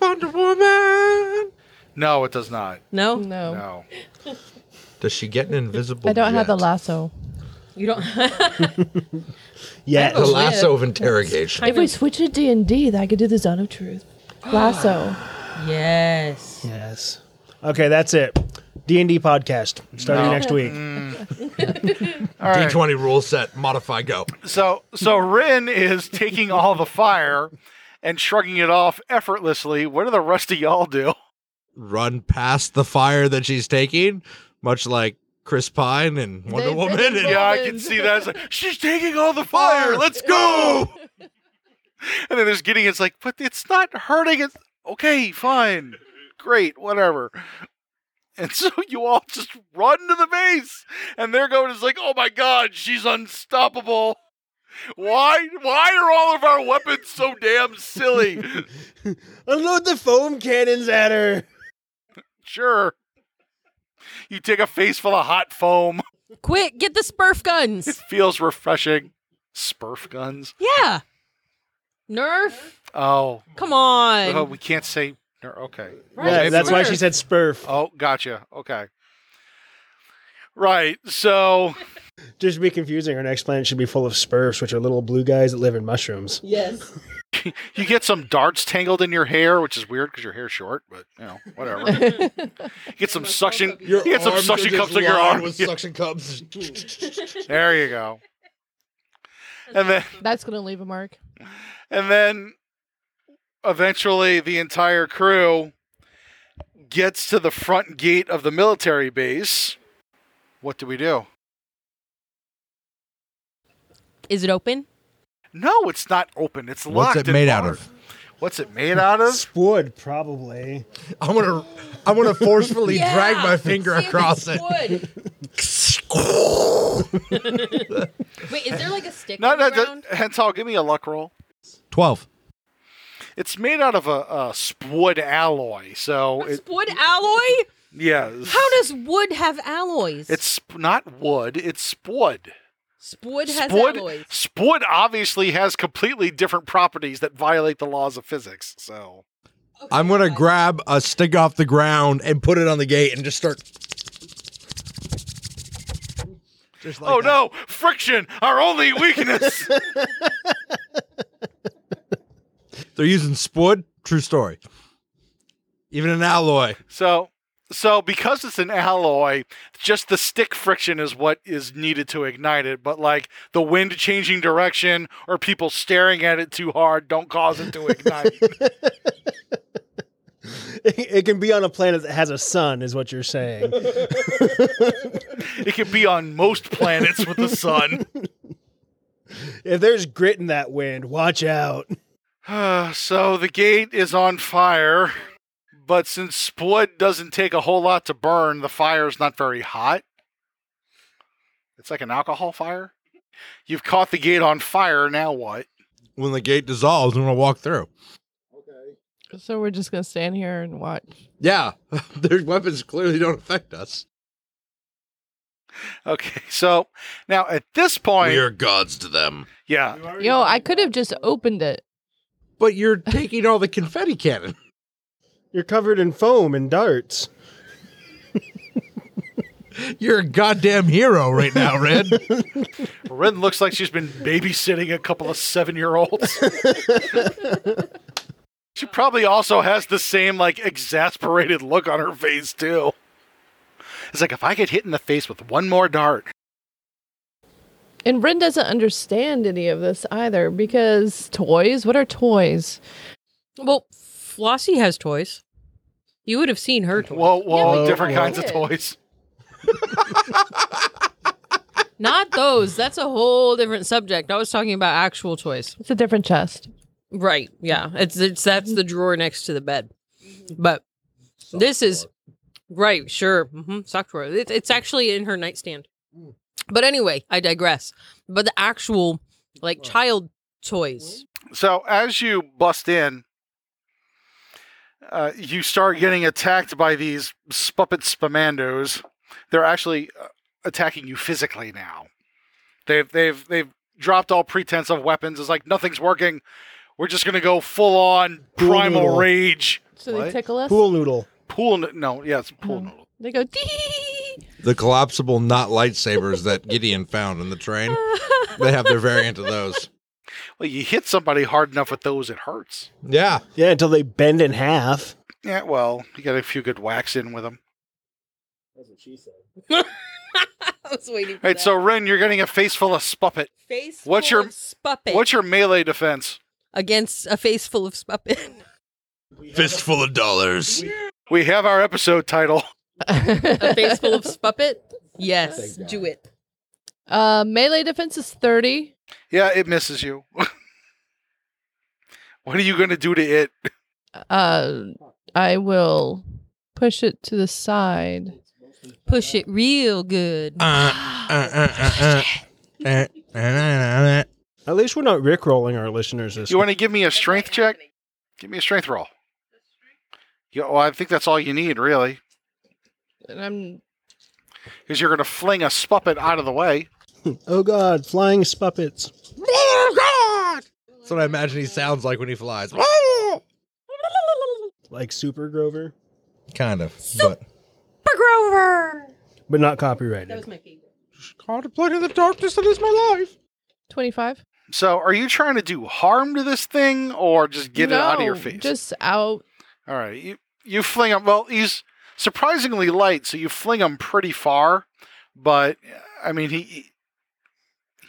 D: Wonder Woman.
F: no it does not
B: No,
J: No,
F: no
D: Does she get an invisible?
J: I don't have the
D: jet?
J: lasso.
B: you don't.
G: Yeah.
D: The
G: Oh.
D: lasso of interrogation.
J: If we switch to D and D, I could do the zone of truth. Lasso.
B: yes.
G: Yes. Okay, that's it. D and D podcast starting
F: No.
G: next week.
F: all right
D: D20 rule set, modify, go.
F: so so rin is taking all the fire and shrugging it off effortlessly what do the rest of y'all do
D: Run past the fire that she's taking, much like Chris Pine and Wonder
J: They-
D: Woman.
J: they-
D: and-
J: they-
F: yeah i can see that It's like, she's taking all the fire let's go And then there's getting it's like, but it's not hurting. It's okay, fine, great, whatever. And so you all just run to the base, and they're going. It's like, oh my god, she's unstoppable.
K: Why? Why are all of our weapons so damn silly?
G: Unload the foam cannons at her.
K: sure.
F: You take a face full of hot foam.
B: Quick, get the Smurf
F: It
B: guns.
F: feels refreshing. Spurf guns.
B: Yeah. Nerf.
F: Oh,
B: Come on.
F: oh, we can't say. no, Okay.
B: Right,
G: yeah, that's why
B: Smurf.
G: she said spurf.
F: Oh, gotcha. Okay. Right. So
G: Just to be confusing, her next planet should be full of spurfs, which are little blue guys that live in mushrooms.
I: Yes.
F: you get some darts tangled in your hair, which is weird because your hair's short, but you know, whatever. You get some suction. You get some suction cups on your arm.
D: With
F: Yeah,
D: suction cups.
F: there you go. And then,
J: That's gonna leave a mark.
F: and then, eventually, the entire crew gets to the front gate of the military base. What do we do?
B: Is it open?
F: No, it's not open. It's locked.
D: What's it
F: and
D: made out
F: barred.
D: of?
F: What's it made out of?
G: Wood, probably.
D: I'm gonna, I'm gonna forcefully
B: Yeah.
D: drag my finger
B: See if
D: across
B: it's
D: it.
B: wood. Wait, is there like a stick?
F: No,
B: on the
F: no, no
B: ground?
F: Hental, give me a luck roll.
D: Twelve.
F: It's made out of a, a spwood alloy, so
B: Is
F: it,
B: wood alloy?
F: yeah.
B: How does wood have alloys?
F: it's sp- not wood? It's spwood.
B: wood has
F: Spwood,
B: alloys.
F: spwood obviously has completely different properties that violate the laws of physics. So
D: I'm gonna grab a stick off the ground and put it on the gate and just start. Just like
K: oh
D: that.
K: no! Friction, our only weakness.
D: They're using spud. True story. Even an alloy.
F: so so because it's an alloy, just the stick friction is what is needed to ignite it. But like the wind changing direction or people staring at it too hard don't cause it to ignite.
G: It, it can be on a planet that has a sun, is what you're saying.
F: it can be on most planets with the sun.
G: if there's grit in that wind, watch out.
F: Uh, so the gate is on fire, but since wood doesn't take a whole lot to burn, the fire's not very hot. It's like an alcohol fire. You've caught the gate on fire, now what?
D: When the gate dissolves, I'm gonna walk through.
J: So we're just gonna stand here and watch.
D: Yeah, their weapons clearly don't affect us.
F: Okay, so now at this point,
D: are gods to them.
F: yeah,
J: Yo, I could have just opened it.
D: But you're taking all the confetti cannon.
G: You're covered in foam and darts.
D: You're a goddamn hero right now, Red.
F: Rin looks like she's been babysitting a couple of seven year olds. she probably also has the same, like, exasperated look on her face, too. It's like, if I get hit in the face with one more dart.
J: And Bryn doesn't understand any of this either because toys. What are toys?
B: Well, Flossie has toys. You would have seen her toys.
F: Whoa, whoa,
J: but
F: different
J: you
F: kinds of
J: did.
F: toys.
B: Not those. That's a whole different subject. I was talking about actual toys.
J: It's a different chest.
B: Right. Yeah. It's it's that's the drawer next to the bed. But this is right. Sure. hmm sock drawer. It, it's actually in her nightstand. But anyway, I digress. But the actual like child toys.
F: So as you bust in, uh, you start getting attacked by these spuppet spamandos. They're actually uh, attacking you physically now. They've they've they've dropped all pretense of weapons. It's like nothing's working. We're just gonna go full on
G: Pool
F: primal
G: noodle.
F: rage.
J: So
F: What?
J: they tickle us.
G: Pool noodle.
F: Pool no- no, yeah, it's pool noodle.
J: They go.
D: the collapsible not lightsabers that Gideon found in the train. They have their variant of those.
F: Well, you hit somebody hard enough with those, it hurts.
D: Yeah.
G: Yeah, until they bend in half.
F: Yeah, well, you got a few good whacks in with them.
B: I was waiting. For
F: All right, so Ren, you're getting a face full of spuppet.
B: face.
F: what's
B: full
F: your-
B: of spuppet
F: What's your melee defense?
B: against a face full of spuppet?
D: Fistful of dollars.
F: We have our episode title.
B: a face full of spuppet. Yes. Do it.
J: Uh, melee defense is thirty.
F: Yeah, it misses you. what are you going to do to it?
J: Uh, I will push it to the side.
B: Push it real good.
D: Uh, uh, uh, uh, uh. Uh, uh, uh, uh, uh.
G: At least we're not rickrolling our listeners this
F: You want to give me a strength check? Give me a strength roll. Yeah, well, I think that's all you need, really,
J: And I'm
F: because you're going to fling a spuppet out of the way.
G: Oh God, flying spuppets.
D: That's what I imagine he sounds like when he flies.
G: Like Super Grover,
D: kind of, but
G: but not copyrighted.
I: was my favorite.
D: contemplating the darkness that is my life.
J: 25.
F: So, are you trying to do harm to this thing, or just get it out of your
J: No,
F: face?
J: Just out.
F: All right, you you fling him. Well, he's surprisingly light, so you fling him pretty far. But I mean, he, he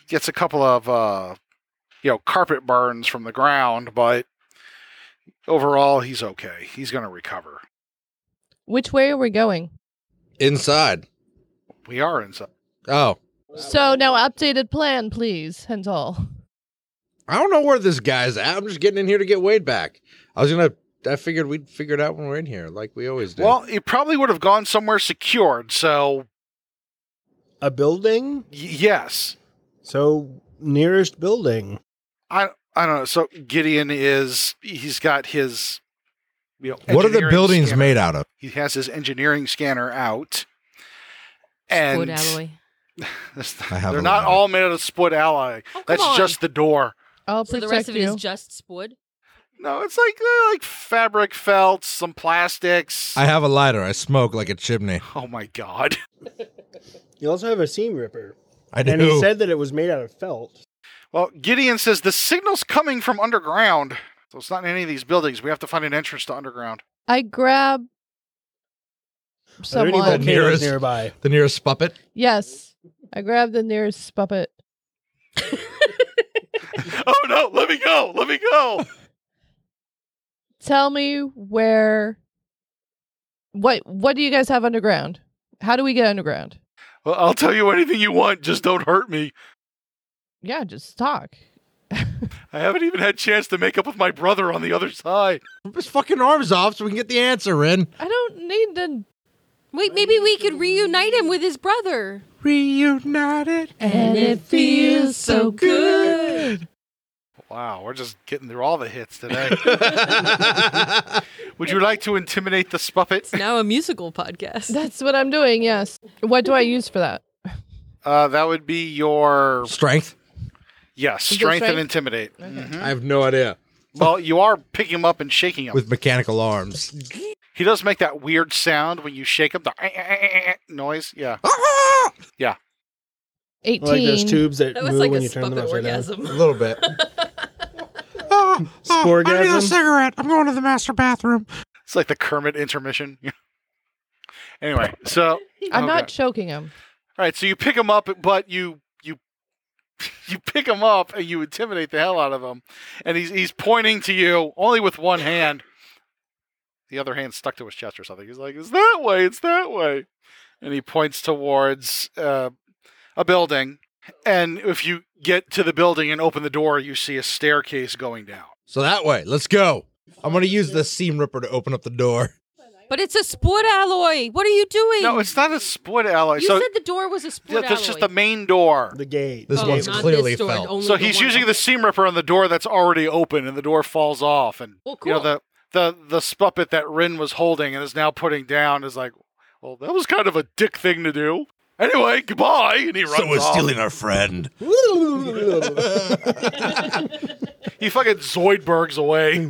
F: gets a couple of uh, you know carpet burns from the ground, but overall, he's okay. He's going to recover.
J: Which way are we going?
D: Inside.
F: We are inside.
D: Oh,
J: So now updated plan, please, Hental.
D: I don't know where this guy's at. I'm just getting in here to get Wade back. I was gonna. I figured we'd figure it out when we're in here, like we always do.
F: Well, he probably would have gone somewhere secured. So
G: A building,
F: y- yes,
G: so nearest building.
F: I I don't know. So Gideon is he's got his. You know,
D: what are the
F: engineering
D: buildings
F: scanner.
D: made out of?
F: He has his engineering scanner out. And
B: Wood alloy.
D: I have
F: they're
D: a
F: not
D: lot.
F: all made out of split alloy.
B: Oh, come
F: That's
B: on.
F: just the door.
J: I'll
B: So the
J: protect
B: rest of it
J: you.
B: is just wood.
F: No, it's like they're like fabric felts, some plastics.
D: I have a lighter. I smoke like a chimney.
F: oh my god.
G: You also have a seam ripper,
D: I do.
G: and he said that it was made out of felt.
F: Well, Gideon says the signal's coming from underground. So it's not in any of these buildings. We have to find an entrance to underground.
J: I grab
G: Are there any
D: Someone-
G: volcanoes
J: someone.
D: volcano- Nearest.
G: nearby?
D: the nearest puppet.
J: Yes. I grab the nearest puppet.
K: Oh no, let me go. Let me go.
J: Tell me where what what do you guys have underground? How do we get underground?
K: Well, I'll tell you anything you want. Just don't hurt me.
J: Yeah, just talk.
K: I haven't even had chance to make up with my brother on the other side.
D: Rip his fucking arms off so we can get the answer in.
J: I don't need to
B: Wait, maybe we could reunite him with his brother.
D: Reunited.
J: And it feels so good.
F: Wow, we're just getting through all the hits today.
D: That's
F: Would you like to intimidate the spuppet?
B: It's now a musical podcast.
J: That's what I'm doing, yes. What do I use for that?
F: Uh, that would be your
D: Strength.
F: yes,
J: Is it
F: strength and
J: strength?
F: intimidate.
J: Okay.
F: Mhm.
D: I have no idea.
F: Well, you are picking him up and shaking him.
D: With mechanical arms.
F: He does make that weird sound when you shake him, the eh, eh, eh, eh, eh, noise. Yeah.
J: 18.
G: Like those tubes that,
B: That
G: move
B: was like
G: when
B: a
G: you turn them
B: spuppet
G: upside
B: orgasm.
D: A little bit. Ah,
G: I need a
D: cigarette. I'm going to the master bathroom.
F: It's like the Kermit intermission. anyway, so
J: I'm
F: Okay.
J: not choking him.
F: all right, so you pick him up, but you you you pick him up and you intimidate the hell out of him, and he's he's pointing to you only with one hand. The other hand stuck to his chest or something. He's like, "It's that way. It's that way," and he points towards uh, a building. And if you get to the building and open the door, you see a staircase going down.
D: So that way, let's go. I'm going to use the seam ripper to open up the door.
B: But it's a split alloy. What are you doing?
F: No, it's not a split alloy.
B: You
F: so
B: said the door was a
F: yeah,
B: split
F: that's just
B: alloy.
F: the main door.
G: down. The gate.
D: This
B: Oh,
D: one's
B: not
D: clearly
B: this door,
D: felt.
B: only
F: So he's
B: one.
F: using the seam ripper on the door that's already open, and the door falls off, and
B: Well,
F: you know
B: cool.
F: the the the spuppet that Rin was holding and is now putting down is like, well, that was kind of a dick thing to do. Anyway, goodbye. And he runs off.
D: our friend.
F: He fucking Zoidbergs away.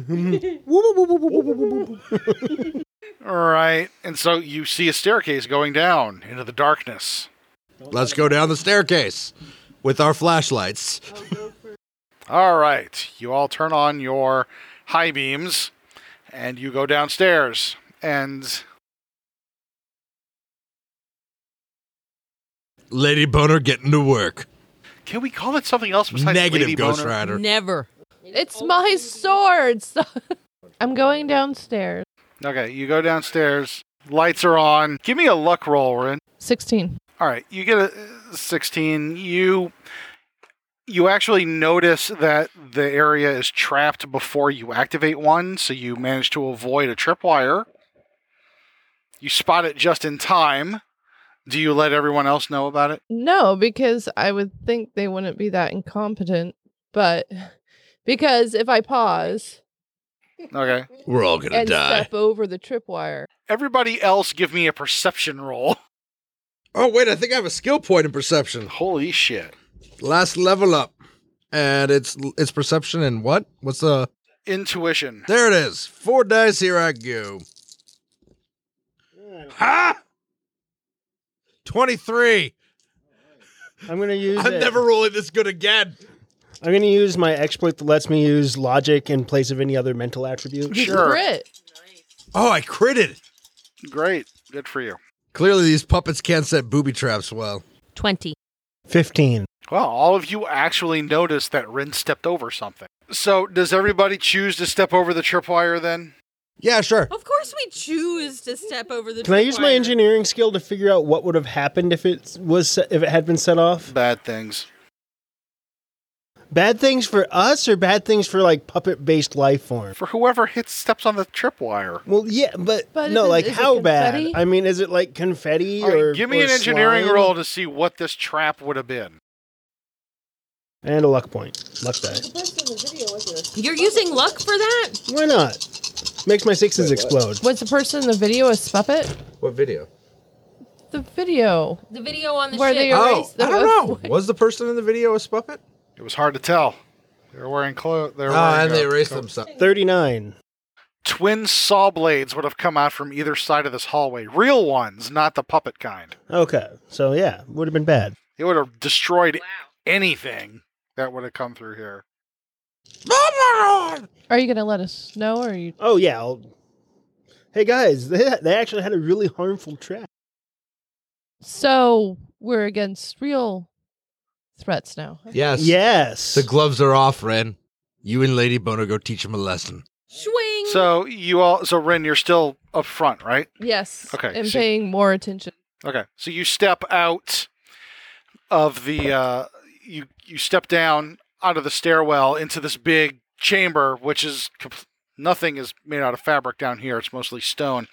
F: All right, and so you see a staircase going down into the darkness.
D: Let's go down the staircase with our flashlights.
F: All right. You all turn on your high beams and you go downstairs. And
D: Lady Boner getting to work.
F: can we call it something else besides
D: Negative
F: Lady
D: Ghost
F: Boner?
D: Rider.
B: Never.
J: It's my sword. so- I'm going downstairs.
F: Okay, you go downstairs. Lights are on. Give me a luck roll, Rin.
J: 16.
F: All right, you get a uh, 16. You you actually notice that the area is trapped before you activate one, so you manage to avoid a tripwire. You spot it just in time. Do you let everyone else know about it?
J: No, because I would think they wouldn't be that incompetent but because if I pause
F: Okay.
L: We're all gonna
J: and
L: die.
J: step over the tripwire,
F: Everybody else give me a perception roll.
D: Oh wait, I think I have a skill point in perception.
F: Holy shit.
D: Last level up, and it's it's perception and what? What's the?
F: Intuition.
D: There it is. Four dice. Here I go. Ha! Twenty three.
G: I'm gonna use.
D: I'm
G: it.
D: never rolling this good again.
G: I'm gonna use my exploit that lets me use logic in place of any other mental attribute.
J: you
F: Sure.
J: crit.
D: Oh, I critted.
F: Great. Good for you.
D: Clearly, these puppets can't set booby traps well.
B: 20.
G: Fifteen.
F: Well, all of you actually noticed that Rin stepped over something. So, does everybody choose to step over the tripwire then?
D: Yeah, sure.
B: Of course, we choose to step over the.
G: Can I use my
B: tripwire.
G: engineering skill to figure out what would have happened if it was se- if it had been set off?
F: Bad things.
G: Bad things for us, or bad things for like puppet based life form?
F: For whoever hits steps on the tripwire.
G: Well, yeah, but,
J: But
G: no,
J: is it-
G: like
J: is it
G: how bad?
J: confetti?
G: I mean, is it like confetti
F: All right,
G: or
F: give me
G: or
F: an engineering
G: slime?
F: roll to see what this trap would have been.
G: and a luck point, luck die.
B: You're using luck for that?
G: Why not? Makes my sixes explode.
J: Was the person in the video a spuppet?
D: What video?
J: The video
B: The video on the
J: where they
B: ship.
D: Oh,
J: erased
D: I
J: the
D: don't know. Was the person in the video a spuppet?
F: It was hard to tell. They were wearing clothes. They were
D: Ah,
F: wearing,
D: and they
F: uh,
D: erased
F: clothes.
D: themselves.
G: Thirty nine.
F: Twin saw blades would have come out from either side of this hallway. Real ones, not the puppet kind.
G: Okay, so yeah, would have been bad.
F: It would have destroyed anything that would have come through here.
J: Are you gonna let us know or are you
G: Oh yeah. I'll... Hey guys, they they actually had a really harmful trap.
J: so we're against real threats now?
D: Yes.
G: Yes.
D: The gloves are off, Ren. You and Lady Boner go teach him a lesson.
B: Swing.
F: So you all, so Ren, you're still up front, right?
J: Yes.
F: Okay,
J: And
F: so-
J: paying more attention.
F: Okay, so you step out of the uh, you you step down out of the stairwell into this big chamber, which is comp- nothing is made out of fabric down here. It's mostly stone.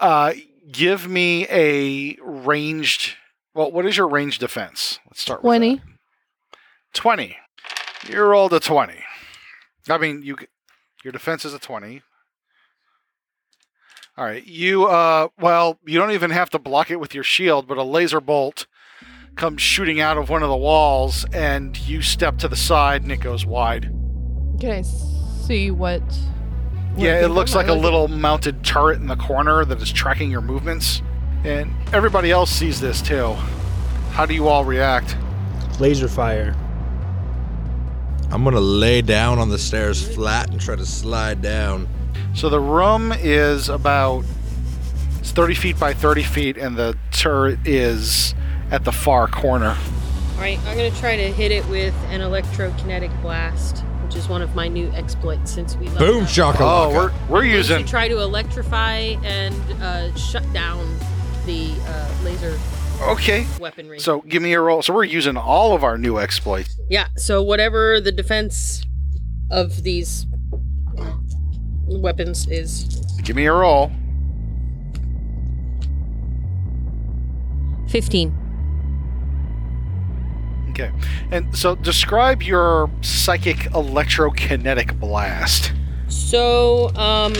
F: Uh, give me a ranged. Well, what is your range defense? Let's start. with
J: Twenty.
F: that. Twenty. You rolled a twenty. I mean, you your defense is a twenty. All right, you uh, well, you don't even have to block it with your shield, but a laser bolt comes shooting out of one of the walls, and you step to the side, and it goes wide.
J: Can I see what? what
F: yeah,
J: came
F: it looks
J: from?
F: like a little mounted turret in the corner that is tracking your movements, and everybody else sees this too. How do you all react?
G: Laser fire.
D: I'm gonna lay down on the stairs flat and try to slide down.
F: So the room is about it's 30 feet by 30 feet, and the turret is at the far corner.
B: All right, I'm going to try to hit it with an electrokinetic blast, which is one of my new exploits since we left.
D: Boom
B: out.
D: shakalaka.
F: Oh, we're we're
B: Is
F: using
B: to try to electrify and uh, shut down the uh, laser
F: okay.
B: weaponry.
F: So give me a roll. So we're using all of our new exploits.
B: yeah, so whatever the defense of these weapons is
F: Give me a roll.
B: 15.
F: Okay. And so describe your psychic electrokinetic blast.
B: So, um,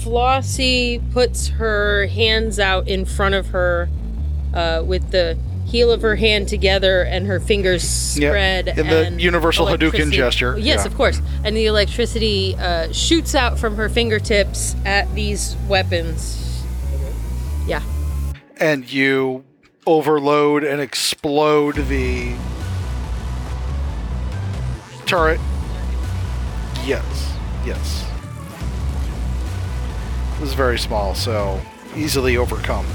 B: Flossie puts her hands out in front of her uh, with the heel of her hand together and her fingers
F: Yeah,
B: spread.
F: in the
B: and
F: universal Hadouken
B: electricity-
F: gesture,
B: Yes,
F: yeah.
B: of course. And the electricity uh, shoots out from her fingertips at these weapons. Yeah.
F: And you overload and explode the turret. Yes. Yes. This is very small, so easily overcome.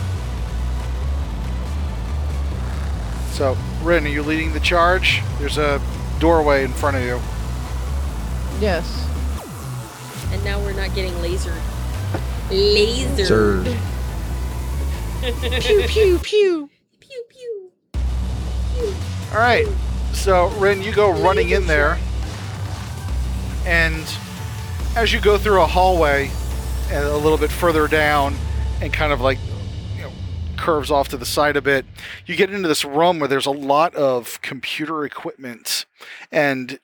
F: So, Rin, are you leading the charge? There's a doorway in front of you.
J: Yes.
B: And now we're not getting lasered. Lasered.
D: Third.
B: pew, pew, pew. Pew, pew.
F: All right. So, Rin, you go running in there. And as you go through a hallway and a little bit further down and kind of like you know, curves off to the side a bit, you get into this room where there's a lot of computer equipment and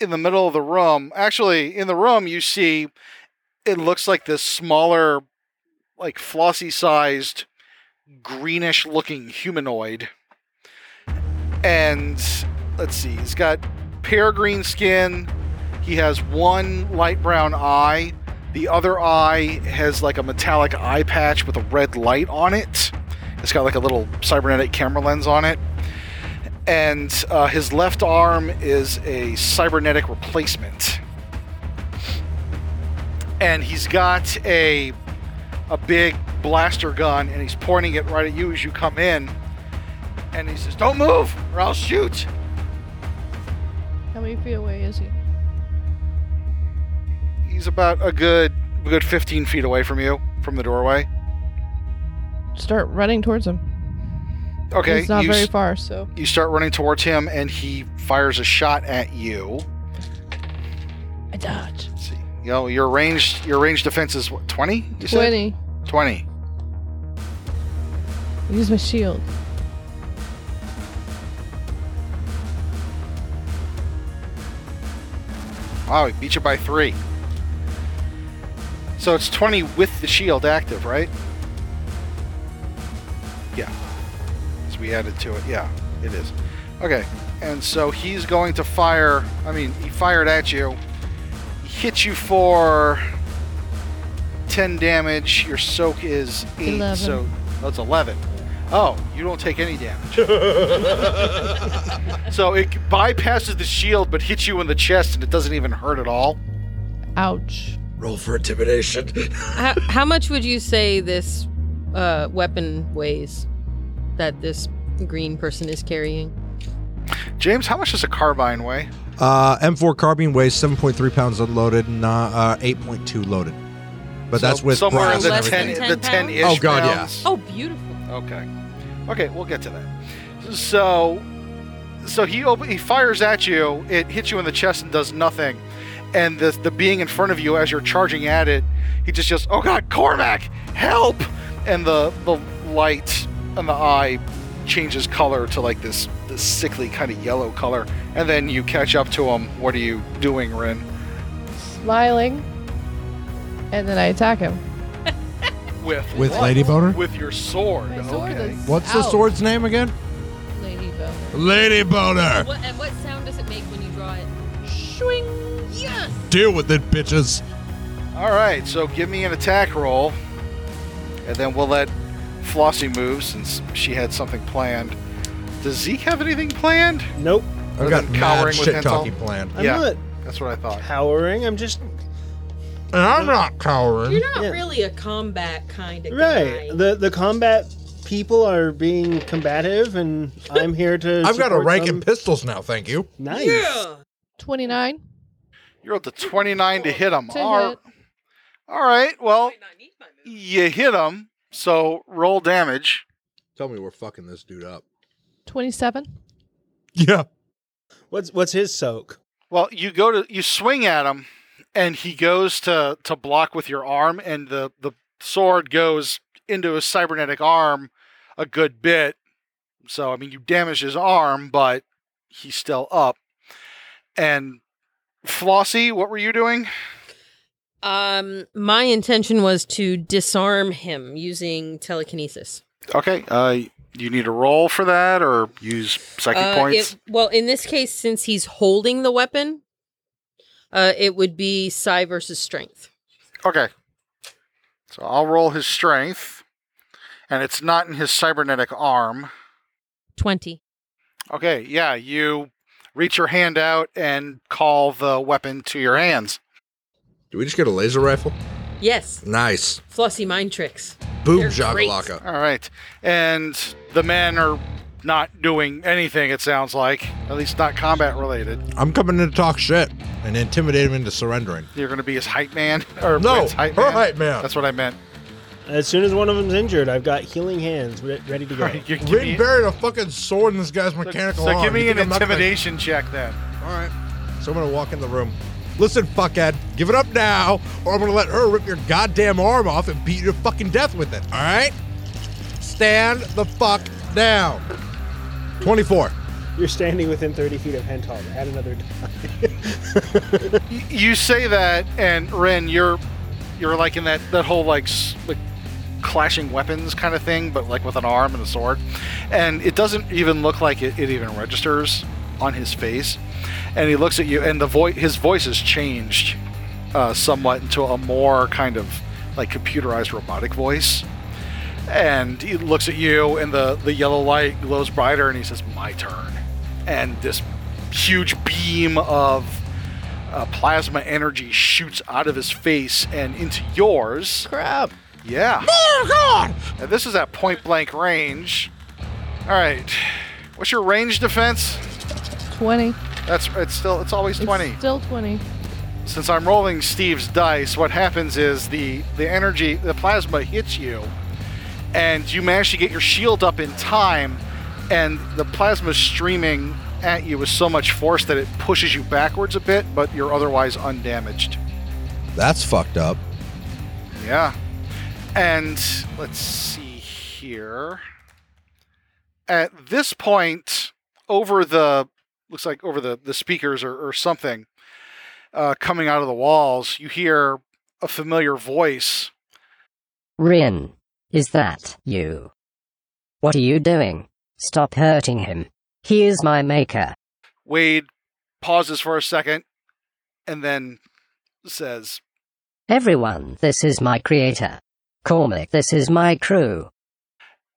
F: in the middle of the room. Actually, in the room, you see it looks like this smaller, like flossy sized, greenish looking humanoid. And let's see, he's got pear green skin. He has one light brown eye. The other eye has like a metallic eye patch with a red light on it. It's got like a little cybernetic camera lens on it and uh, his left arm is a cybernetic replacement. And he's got a a big blaster gun, and he's pointing it right at you as you come in. And he says, "Don't move, or I'll shoot."
J: How many feet away is he?
F: He's about a good a good 15 feet away from you, from the doorway.
J: Start running towards him.
F: Okay,
J: He's not
F: you,
J: very
F: s-
J: far, so
F: you start running towards him, and he fires a shot at you.
J: I dodge.
F: Let's see, you know, your range your range defense is what 20? You said?
J: Twenty.
F: 20.
J: Use my shield.
F: Wow, he beat you by three. So it's 20 with the shield active, right? Yeah. So we added to it. Yeah, it is. Okay. And so he's going to fire. I mean, he fired at you. He hit you for 10 damage. Your soak is 8.
J: 11.
F: So that's 11. Oh, you don't take any damage. so it bypasses the shield but hits you in the chest and it doesn't even hurt at all.
J: Ouch.
D: Roll for intimidation.
B: how, how much would you say this uh, weapon weighs that this green person is carrying?
F: James, how much does a carbine weigh?
D: Uh, M4 carbine weighs 7.3 pounds unloaded, and, uh, uh, 8.2 loaded. But that's
F: So-
D: with
F: somewhere in
D: brass
F: the
D: and
B: Less than
F: ten,
D: everything.
F: the
B: 10
F: ten ish.
D: Oh, God,
B: Oh, beautiful.
F: Okay. Okay, we'll get to that. So, so he op- he fires at you. It hits you in the chest and does nothing. And the the being in front of you as you're charging at it, he just just oh god, Cormac, help! And the the light and the eye changes color to like this this sickly kind of yellow color. And then you catch up to him. What are you doing, Rin?
J: Smiling. And then I attack him.
F: With
D: With
F: what?
D: Lady Boner?
F: With your sword.
J: My sword
F: okay.
J: is
D: What's the
J: out,
D: sword's name again?
J: Lady Bow.
D: Lady Boner.
B: What, and what sound does it make when you draw it?
J: Shwing.
B: Yes.
D: Deal with it, bitches.
F: All right, so give me an attack roll, and then we'll let Flossie move since she had something planned. Does Zeke have anything planned?
G: Nope.
D: I've got
F: Wasn't
D: mad
F: cowering with
D: shit talking
F: Hensel?
D: planned.
G: I'm
F: Yeah.
G: not
F: That's what I thought.
G: cowering. I'm just
D: And I'm not cowering.
B: You're not
G: Yeah.
B: really a combat kind of
G: right.
B: guy.
G: The the combat people are being combative, and I'm here to.
D: I've got a
G: support
D: rank
G: them.
D: in pistols now, thank you.
G: Nice.
B: Yeah.
J: Twenty-nine.
F: You're up to 29 to hit him.
J: To
F: All-
J: hit.
F: all right, well, you hit him, so roll damage.
D: Tell me we're fucking this dude up.
J: Twenty-seven.
D: Yeah.
G: What's what's his soak?
F: Well, you go to you swing at him, and he goes to to block with your arm, and the the sword goes into his cybernetic arm a good bit. So I mean, you damage his arm, but he's still up. And Flossie, what were you doing?
B: Um, my intention was to disarm him using telekinesis.
F: Okay, uh, you need a roll for that, or use psychic
B: Uh,
F: points.
B: it- well, in this case, since he's holding the weapon, uh, it would be psi versus strength.
F: Okay, so I'll roll his strength, and it's not in his cybernetic arm.
B: Twenty.
F: Okay, yeah, you reach your hand out and call the weapon to your hands.
D: Do we just get a laser rifle?
B: Yes.
D: Nice.
B: Flossy mind tricks.
D: Boom
B: They're great.
D: jagalaka.
F: All right. And the men are not doing anything, it sounds like, at least not combat related.
D: I'm coming in to talk shit and intimidate him into surrendering.
F: You're going to be his hype man. Or
D: No,
F: Brent's hype
D: her
F: man.
D: hype man.
F: That's what I meant.
G: As soon as one of them's injured, I've got healing hands re- ready to go.
F: Right, you give me-
D: Rin buried a fucking sword in this guy's
F: so,
D: mechanical
F: so
D: arm.
F: give me
D: You
F: an
D: think I'm not gonna-
F: intimidation check then.
D: All right. So I'm gonna walk in the room. Listen, fuckhead, give it up now, or I'm gonna let her rip your goddamn arm off and beat you to fucking death with it. All right? Stand the fuck down. 24.
G: You're standing within 30 feet of Hental. Add another die.
F: Y- You say that, and Ren, you're you're like in that that whole like s- like clashing weapons kind of thing, but like with an arm and a sword, and it doesn't even look like it, it even registers on his face, and he looks at you, and the voice his voice has changed uh, somewhat into a more kind of like computerized robotic voice, and he looks at you, and the the yellow light glows brighter, and he says, "My turn," and this huge beam of uh, plasma energy shoots out of his face and into yours.
J: Crap.
F: Yeah. And this is at point blank range. All right. What's your range defense?
J: 20.
F: That's it's still it's always
J: It's
F: 20.
J: still 20.
F: Since I'm rolling Steve's dice, what happens is the the energy, the plasma hits you and you manage to get your shield up in time and the plasma streaming at you with so much force that it pushes you backwards a bit, but you're otherwise undamaged.
D: That's fucked up.
F: Yeah. And let's see here. At this point, over the looks like over the the speakers or, or something uh, coming out of the walls, you hear a familiar voice.
L: Rin, is that you? What are you doing? Stop hurting him. He is my maker.
F: Wade pauses for a second and then says,
L: Everyone, this is my creator. Cormac, this is my crew.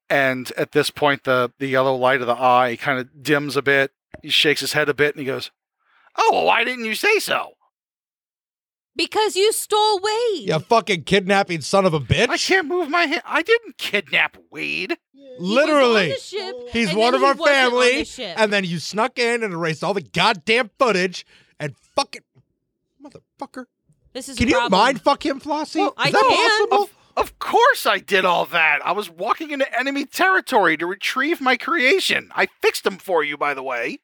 F: and at this point the the yellow light of the eye kind of dims a bit. He shakes his head a bit and he goes, "Oh, well, why didn't you say so?"
M: Because you stole Wade.
D: You fucking kidnapping son of a
F: I
D: bitch.
F: can't move my hand. I didn't kidnap Wade.
M: He
D: Literally.
M: was on the ship,
D: He's
M: and
D: one
M: then
D: of
M: he
D: our
M: wasn't on the
D: family.
M: ship.
D: And then you snuck in and erased all the goddamn footage and fucking motherfucker.
M: this is
D: Can
M: a
D: you
M: problem.
D: mind fuck him, Flossie?
M: Well,
D: Is
M: I
D: that
M: can.
D: possible?
F: Of course I did all that. I was walking into enemy territory to retrieve my creation. I fixed him for you, by the way.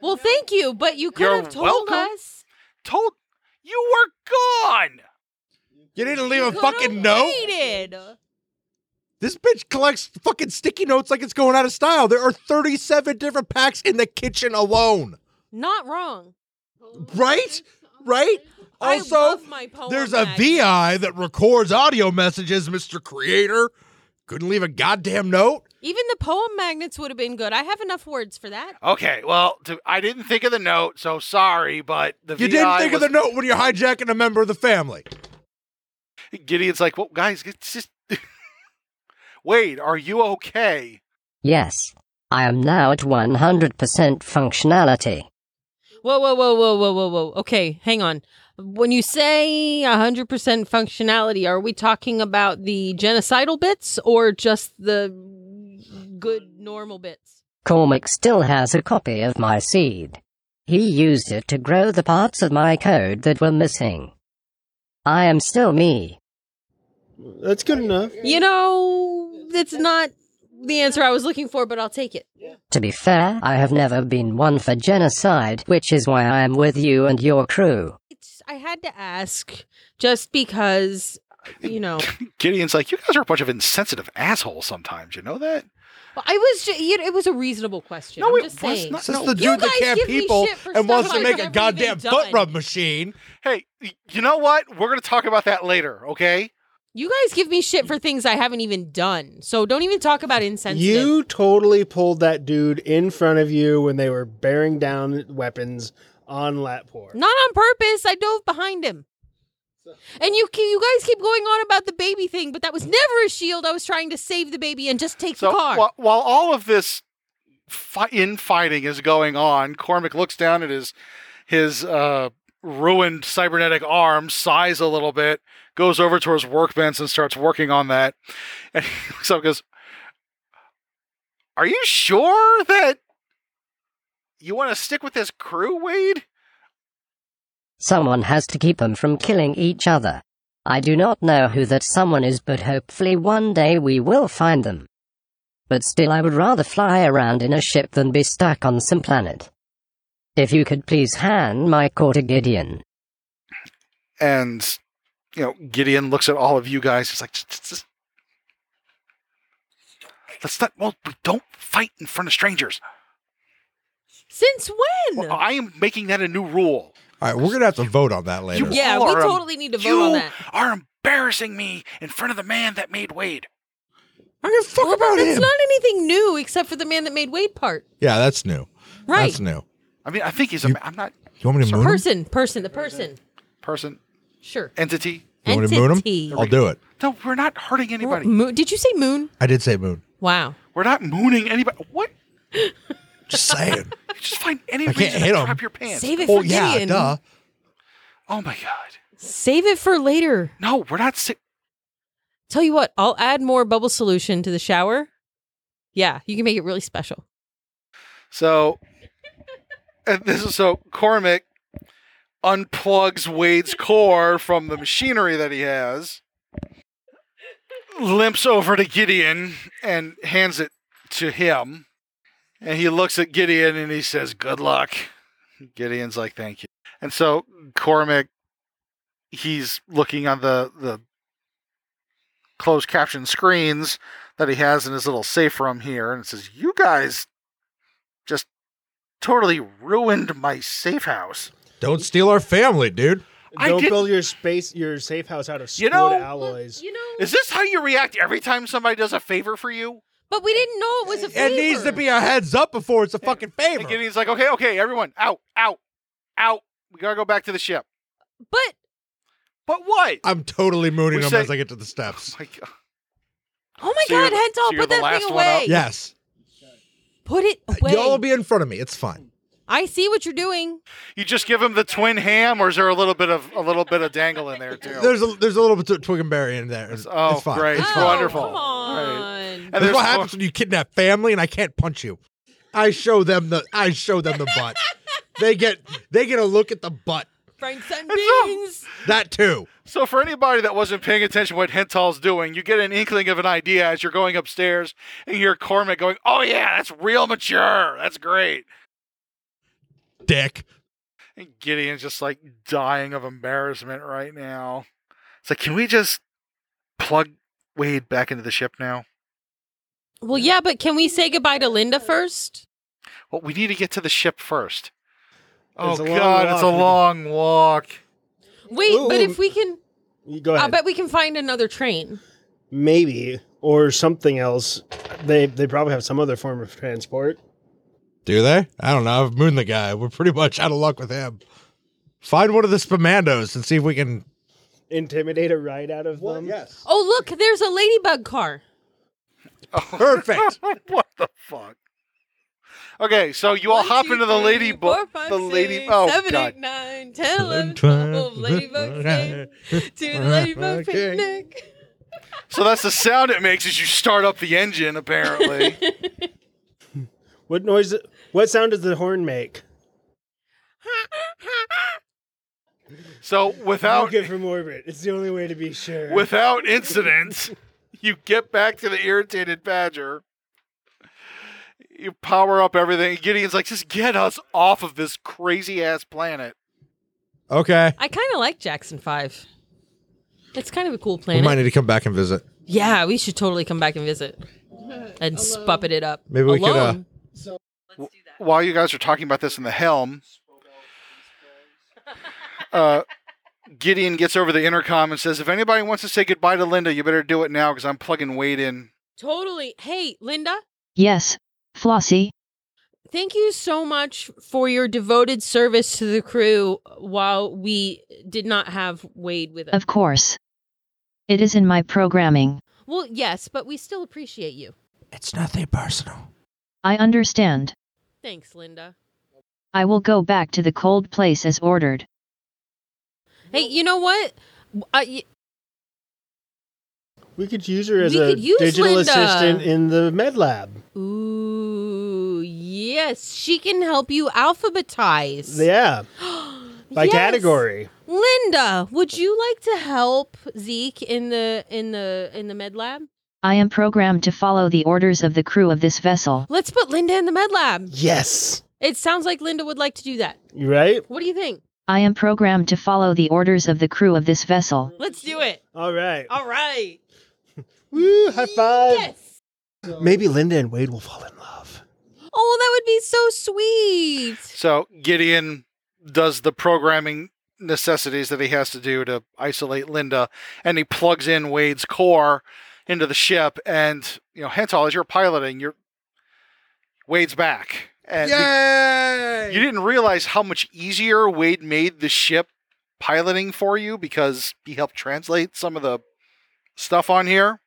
M: Well, thank you, but you could
F: You're
M: have told
F: welcome.
M: us.
F: Told you were gone.
D: You didn't leave a
M: Could
D: fucking
M: have
D: note?
M: waited.
D: This bitch collects fucking sticky notes like it's going out of style. There are 37 different packs in the kitchen alone.
B: Not wrong.
D: Right? Right?
B: I
D: Also,
B: love my poem
D: there's a
B: mag.
D: VI that records audio messages, Mr. Creator. Couldn't leave a goddamn note.
B: Even the poem magnets would have been good. I have enough words for that.
F: Okay, well, to, I didn't think of the note, so sorry, but the
D: You didn't
F: VI
D: think of
F: was-
D: the note when you're hijacking a member of the family.
F: Gideon's like, well, guys, it's just. Wade, are you okay?
L: Yes, I am now at 100% functionality.
B: Whoa, whoa, whoa, whoa, whoa, whoa, whoa. Okay, hang on. When you say 100% functionality, are we talking about the genocidal bits or just the good normal bits?
L: Cormac still has a copy of my seed. He used it to grow the parts of my code that were missing. I am still me.
G: That's good enough.
B: You know, that's not the answer I was looking for, but I'll take it.
L: To be fair, I have never been one for genocide, which is why I am with you and your crew.
B: It's, I had to ask just because, you know.
F: Gideon's like, you guys are a bunch of insensitive assholes sometimes. You know that?
B: Well, I was just, you know, it was a reasonable question.
F: No,
B: I'm
F: it
B: just
F: was
B: saying.
F: not-
D: This is
F: No.
D: the
B: You
D: dude that
B: guys
D: can't
B: give me
D: people
B: shit for
D: and wants to
B: stuff
D: make
B: I've
D: a
B: never
D: goddamn
B: even
D: foot
B: done.
D: rub machine.
F: Hey, y- you know what? We're going to talk about that later, okay?
B: You guys give me shit for things I haven't even done. So don't even talk about insensitive.
G: You totally pulled that dude in front of you when they were bearing down weapons on Latpor.
B: Not on purpose. I dove behind him. And you ke- you guys keep going on about the baby thing, but that was never a shield. I was trying to save the baby and just take
F: So
B: the car.
F: while, while all of this fi- infighting is going on, Cormac looks down at his his uh, ruined cybernetic arm, sighs a little bit, goes over to his workbench and starts working on that. And he looks up and goes, "Are you sure that you want to stick with this crew, Wade?"
L: Someone has to keep them from killing each other. I do not know who that someone is, but hopefully one day we will find them. But still, I would rather fly around in a ship than be stuck on some planet. If you could please hand my core to Gideon.
F: And you know, Gideon looks at all of you guys. He's like, "Just- just- just- "Let's not. Well, we don't fight in front of strangers."
B: Since when?
F: Well, I am making that a new rule.
D: All right, we're gonna have to vote on that later.
B: yeah,
F: all
B: we
F: are-
B: totally need to vote
F: you
B: on that.
F: are embarrassing me in front of the man that made Wade.
D: I give a fuck about
B: It's
D: him.
B: Oh, not anything new except for the man that made Wade part.
D: yeah, that's new.
B: Right.
D: That's new.
F: I mean, I think he's a. ma- I'm not
D: You want me to moon him?
B: Person, person, the person.
F: person
B: Sure.
F: entity.
D: You want me to moon
B: Entity.
D: him? I'll do it.
F: No, we're not hurting anybody.
B: Moon, did you say moon?
D: I did say moon.
B: Wow.
F: We're not mooning anybody. What?
D: Just saying.
F: You just find any
D: I
F: reason
D: can't hit
F: to
D: him.
F: drop your pants.
B: Save it
D: oh
B: for
D: yeah,
B: Gideon.
D: duh.
F: Oh my god.
B: Save it for later.
F: No, we're not. Si-
B: Tell you what, I'll add more bubble solution to the shower. Yeah, you can make it really special.
F: so, and this is so Cormac unplugs Wade's core from the machinery that he has, limps over to Gideon and hands it to him, and he looks at Gideon and he says, "Good luck." Gideon's like, "Thank you." And so Cormac, he's looking on the the closed caption screens that he has in his little safe room here, and it says, "You guys just totally ruined my safe house."
D: Don't steal our family, dude.
F: I
G: Don't
F: didn't-
G: build your space, your safe house out of split
F: You know-
G: alloys.
B: You know,
F: Is this how you react every time somebody does a favor for you?
B: but we didn't know it was a
D: It
B: favor.
D: needs to be a heads up before it's a fucking favor.
F: And Gideon's like, "Okay, okay, everyone, out, out, out. We gotta go back to the ship."
B: But
F: But what?
D: I'm totally mooning
F: We
D: him
F: say-
D: as I get to the steps.
F: My God.
B: oh my
F: So you're
B: god,
F: the-
B: Hental,
F: so you're
B: put
F: the
B: that
F: last
B: thing
F: one up? Uh,
B: away.
D: Yes.
B: Put it away.
D: Y'all will be in front of me. It's fine.
B: I see what you're doing.
F: You just give him the twin ham, or is there a little bit of a little bit of dangle in there too?
D: There's a there's a little bit of twig and berry in there. It's,
F: oh,
D: it's fine.
F: great.
D: It's
F: It's
D: fine.
B: Oh,
F: wonderful.
B: Come on.
F: And
D: That's
F: there's
D: what
F: more-
D: happens when you kidnap family and I can't punch you. I show them the I show them the butt. they get they get a look at the butt.
B: Franks and beans.
D: That too.
F: So for anybody that wasn't paying attention to what Hental's doing, you get an inkling of an idea as you're going upstairs and you hear Cormac going, Oh yeah, that's real mature. That's great.
D: Dick.
F: And Gideon's just like dying of embarrassment right now. It's like, can we just plug Wade back into the ship now?
B: Well, yeah, but can we say goodbye to Linda first?
F: Well, we need to get to the ship first. Oh
G: It's a long
F: god, it's a
G: walk.
F: long walk.
B: Wait,
G: Ooh.
B: but if we can,
G: You go
B: I
G: ahead.
B: bet we can find another train.
G: Maybe or something else. They they probably have some other form of transport.
D: Do they? I don't know. I've mooned the guy. We're pretty much out of luck with him. Find one of the spamandos and see if we can
G: Intimidate a ride out of them.
D: Yes.
B: Oh, look, there's a ladybug car.
D: Perfect.
F: what the fuck? Okay, so you all
B: One,
F: hop
B: two,
F: into the
B: three,
F: lady
B: four,
F: book,
B: five,
F: the lady.
B: six,
F: Oh
B: seven,
F: god,
B: eight, nine, 10, 11, 12 ladybug sing to the ladybug
D: Okay.
B: picnic.
F: So that's the sound it makes as you start up the engine, apparently.
G: What noise? What sound does the horn make?
F: so without
G: Get from orbit. It's the only way to be sure.
F: without incident, you get back to the irritated badger. You power up everything. Gideon's like, just get us off of this crazy ass planet.
D: Okay.
B: I kind of like Jackson 5. It's kind of a cool
D: We
B: planet.
D: might need to come back and visit.
B: yeah, we should totally come back and visit and spuppet it up.
D: Maybe we could, uh,
B: Alone.
F: While you guys are talking about this in the helm, uh, Gideon gets over the intercom and says, "If anybody wants to say goodbye to Linda, you better do it now because I'm plugging Wade in."
B: Totally. Hey, Linda,
N: Yes, Flossie,
B: thank you so much for your devoted service to the crew while we did not have Wade with us.
N: of course. It is in my programming.
B: Well, yes, but we still appreciate you.
D: It's nothing personal.
N: I understand.
B: Thanks, Linda.
N: I will go back to the cold place as ordered.
B: Hey, you know what? Uh, y-
G: we could use her as
B: We
G: a
B: could use
G: digital
B: Linda.
G: assistant in the med lab.
B: ooh, yes, she can help you alphabetize.
G: Yeah, by
B: Yes.
G: category.
B: Linda, would you like to help Zeke in the in the in the med lab?
N: I am programmed to follow the orders of the crew of this vessel.
B: Let's put Linda in the med lab.
G: Yes.
B: It sounds like Linda would like to do that.
G: You right?
B: What do you think?
N: I am programmed to follow the orders of the crew of this vessel.
B: Let's do it.
G: All right.
B: All right.
G: Woo! High five.
B: Yes.
G: Maybe Linda and Wade will fall in love.
B: Oh,
M: would be so sweet.
F: So Gideon does the programming necessities that he has to do to isolate Linda, and he plugs in Wade's core into the ship. And you know, Henthal, as you're piloting, you're Wade's back. And be- you didn't realize how much easier Wade made the ship piloting for you because he helped translate some of the stuff on here.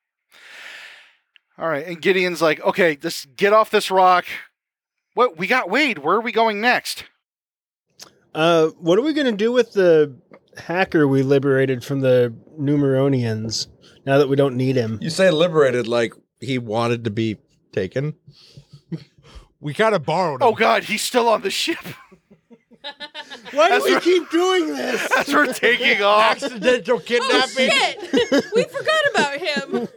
F: All right, and Gideon's like, "Okay, just get off this rock. What we got, Wade? Where are we going next?"
G: Uh, what are we going to do with the hacker we liberated from the Numeronians now that we don't need him?
D: You say liberated like he wanted to be taken. we kind of borrowed him.
F: Oh God, he's still on the ship.
G: Why do
F: As
G: we
F: we're-
G: keep doing this?
F: As we're taking off.
D: Accidental kidnapping.
M: we forgot about him.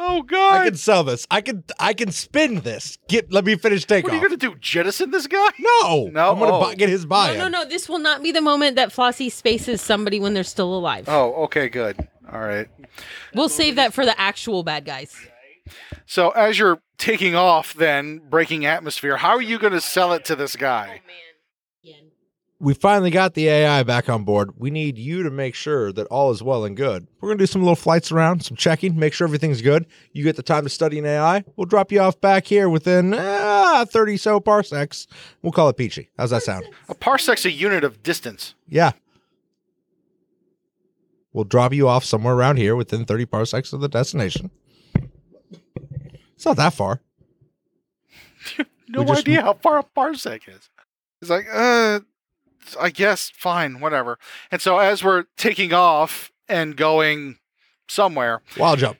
F: Oh God!
D: I can sell this. I can I can spin this. Get let me finish takeoff.
F: What are you gonna do? Jettison this guy?
D: No,
F: No.
D: I'm gonna
F: Oh.
D: buy, get his buy.
F: Buy-in.
O: No, no, no. This will not be the moment that Flossie spaces somebody when they're still alive.
F: Oh, okay, good. All right.
O: We'll save that for the actual bad guys.
F: So as you're taking off, then breaking atmosphere, how are you gonna sell it to this guy?
D: We finally got the AI back on board. We need you to make sure that all is well and good. We're gonna do some little flights around, some checking, make sure everything's good. You get the time to study an AI. We'll drop you off back here within ah, thirty so parsecs. We'll call it Peachy. How's that sound?
F: A parsec's a unit of distance.
D: Yeah. We'll drop you off somewhere around here within 30 parsecs of the destination. It's not that far.
F: No
D: We just-
F: idea how far a parsec is. He's like, uh, I guess, fine, whatever. And so as we're taking off and going somewhere,
D: Wild jump.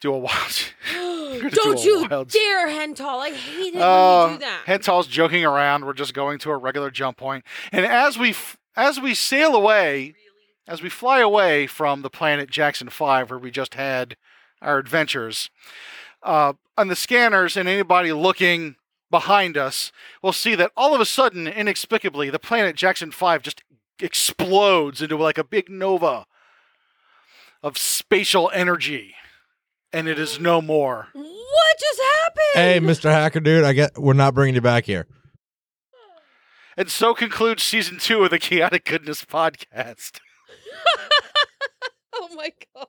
F: do a wild.
M: Don't
F: do a
M: you
F: wild-
M: dare, Hental. I hate it when you
F: Uh,
M: do that.
F: Hental's joking around. We're just going to a regular jump point, and as we f- as we sail away, as we fly away from the planet Jackson Five, where we just had our adventures, uh, on the scanners and anybody looking behind us will see that all of a sudden, inexplicably, the planet Jackson Five just explodes into like a big nova of spatial energy, and it is no more.
M: What just happened?
D: Hey, Mr. Hacker dude, I get we're not bringing you back here.
F: And so concludes season two of the Chaotic Goodness podcast.
J: Oh my god.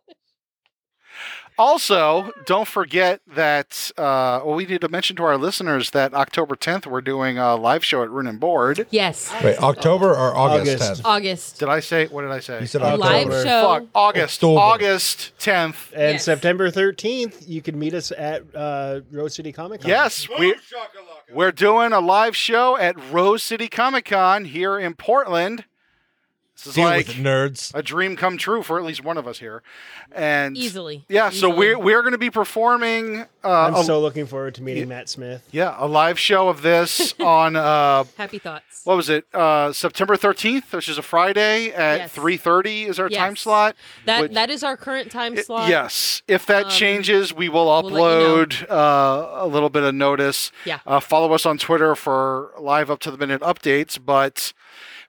F: Also, don't forget that uh, well, we need to mention to our listeners that October 10th we're doing a live show at Rune and Board.
O: Yes.
D: Wait, October or August,
F: August.
D: 10th?
O: August.
F: Did I say what did I say?
D: You said
G: A live
F: October.
G: show.
F: Fuck, August,
D: October.
F: August 10th.
G: And
F: Yes.
G: September 13th, you can meet us at uh, Road City Comic Con.
F: Yes, we we're doing a live show at Rose City Comic Con here in Portland. This is
D: Deal
F: like
D: with it, nerds.
F: a dream come true for at least one of us here, and
G: Easily.
F: Yeah, so
G: Easily.
F: we're we're going to be performing. Uh,
G: I'm
F: a-
G: so looking forward to meeting
F: Yeah.
G: Matt Smith.
F: Yeah, a live show of this on uh
O: Happy thoughts.
F: what was it? Uh September 13th, which is a Friday at
O: Yes.
F: 3:30 is our
O: Yes.
F: time slot.
O: That
F: which-
O: that is our current time slot.
F: Yes. If that
O: Um,
F: changes, we will
O: we'll let
F: upload uh, a little bit of notice.
O: Yeah.
F: Uh, follow us on Twitter for live up to the minute updates. But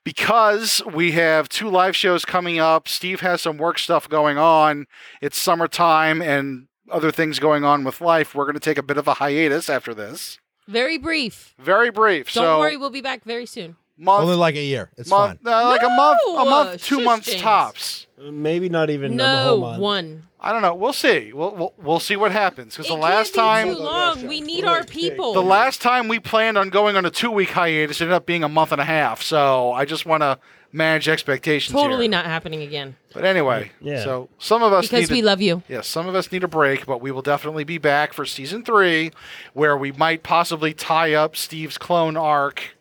F: because we have two live shows coming up, Steve has some work stuff going on. It's summertime and other things going on with life. We're going to take a bit of a hiatus after this.
O: Very brief.
F: Very brief.
O: Don't
F: so
O: worry, we'll be back very soon.
F: month,
D: Only like a year. It's
F: month,
D: fine.
F: uh, like a month, a month, two
O: shush,
F: months
O: James.
F: tops.
G: Maybe not even a
O: No
G: whole month.
O: one.
F: I don't know. We'll see. We'll we'll, we'll see what happens because the
O: It
F: last
O: can't
F: time
O: be too long. We need our people.
F: The last time we planned on going on a two week hiatus ended up being a month and a half. So I just want to manage expectations.
O: totally
F: here.
O: not happening again.
F: But anyway,
O: Yeah.
F: so some of us
O: Because
F: need
O: we
F: to-
O: love you.
F: Yes, some of us need a break, but we will definitely be back for season three, where we might possibly tie up Steve's clone arc.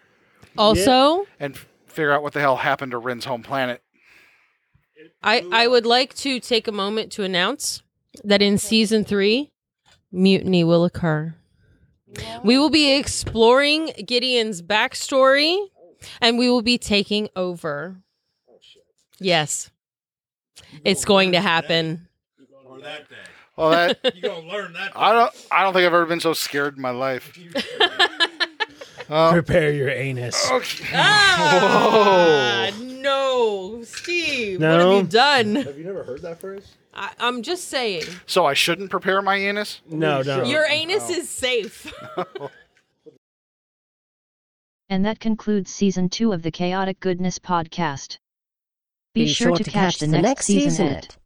O: Also-
F: and f- figure out what the hell happened to Ren's home planet.
O: I, I would like to take a moment to announce that in season three, mutiny will occur. We will be exploring Gideon's backstory and we will be taking over. Yes. It's going to happen.
F: Well, that
D: you gonna learn that.
F: I don't. I don't think I've ever been so scared in my life.
G: Prepare your anus.
O: Ah, no, Steve. What
F: No.
O: have you done?
F: Have
O: you never heard that phrase? I, I'm just saying.
F: So I shouldn't prepare my anus?
G: No, no.
O: Your anus is safe.
L: And that concludes season 2 of the Chaotic Goodness podcast. Be, sure, to, catch, the next, season, at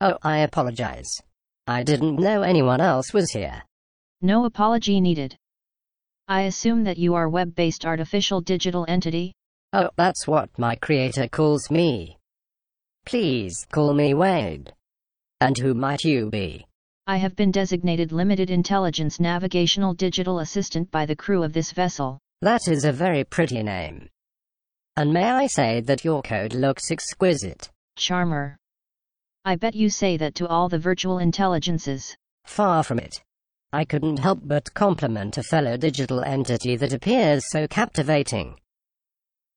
J: Oh, I apologize. I didn't know anyone else was here.
L: No apology needed. I assume that you are web based artificial digital entity?
J: Oh, that's what my creator calls me. Please call me Wade. And who might you be?
L: I have been designated Limited Intelligence Navigational Digital Assistant by the crew of this vessel.
J: That is a very pretty name. And may I say that your code looks exquisite?
L: Charmer. I bet you say that to all the virtual intelligences.
J: Far from it. I couldn't help but compliment a fellow digital entity that appears so captivating.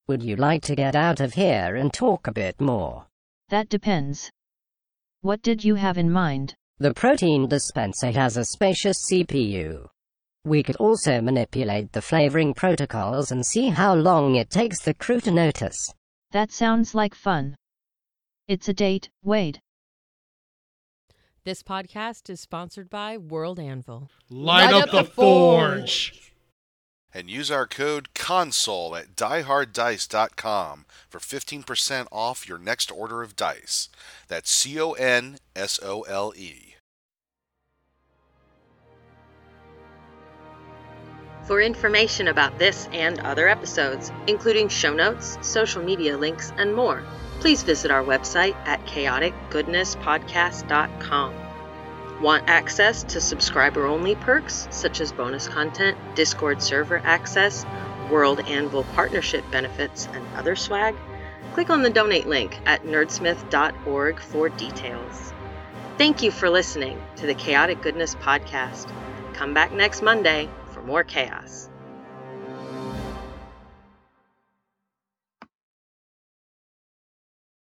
J: Would you like to get out of here and talk a bit more?
L: That depends. What did you have in mind?
J: The protein dispenser has a spacious CPU. We could also manipulate the flavoring protocols and see how long it takes the crew to notice.
L: That sounds like fun. It's a date, Wade.
B: This podcast is sponsored by World Anvil.
G: Light Light up up the the forge.
F: and use our code CONSOLE at dieharddice.com for 15% off your next order of dice. That's C O N S O L E.
A: For information about this and other episodes, including show notes, social media links, and more, please visit our website at chaoticgoodnesspodcast.com. Want access to subscriber only perks such as bonus content, Discord server access, World Anvil partnership benefits, and other swag? Click on the donate link at nerdsmith.org for details. Thank you for listening to the Chaotic Goodness Podcast. Come back next Monday for more chaos.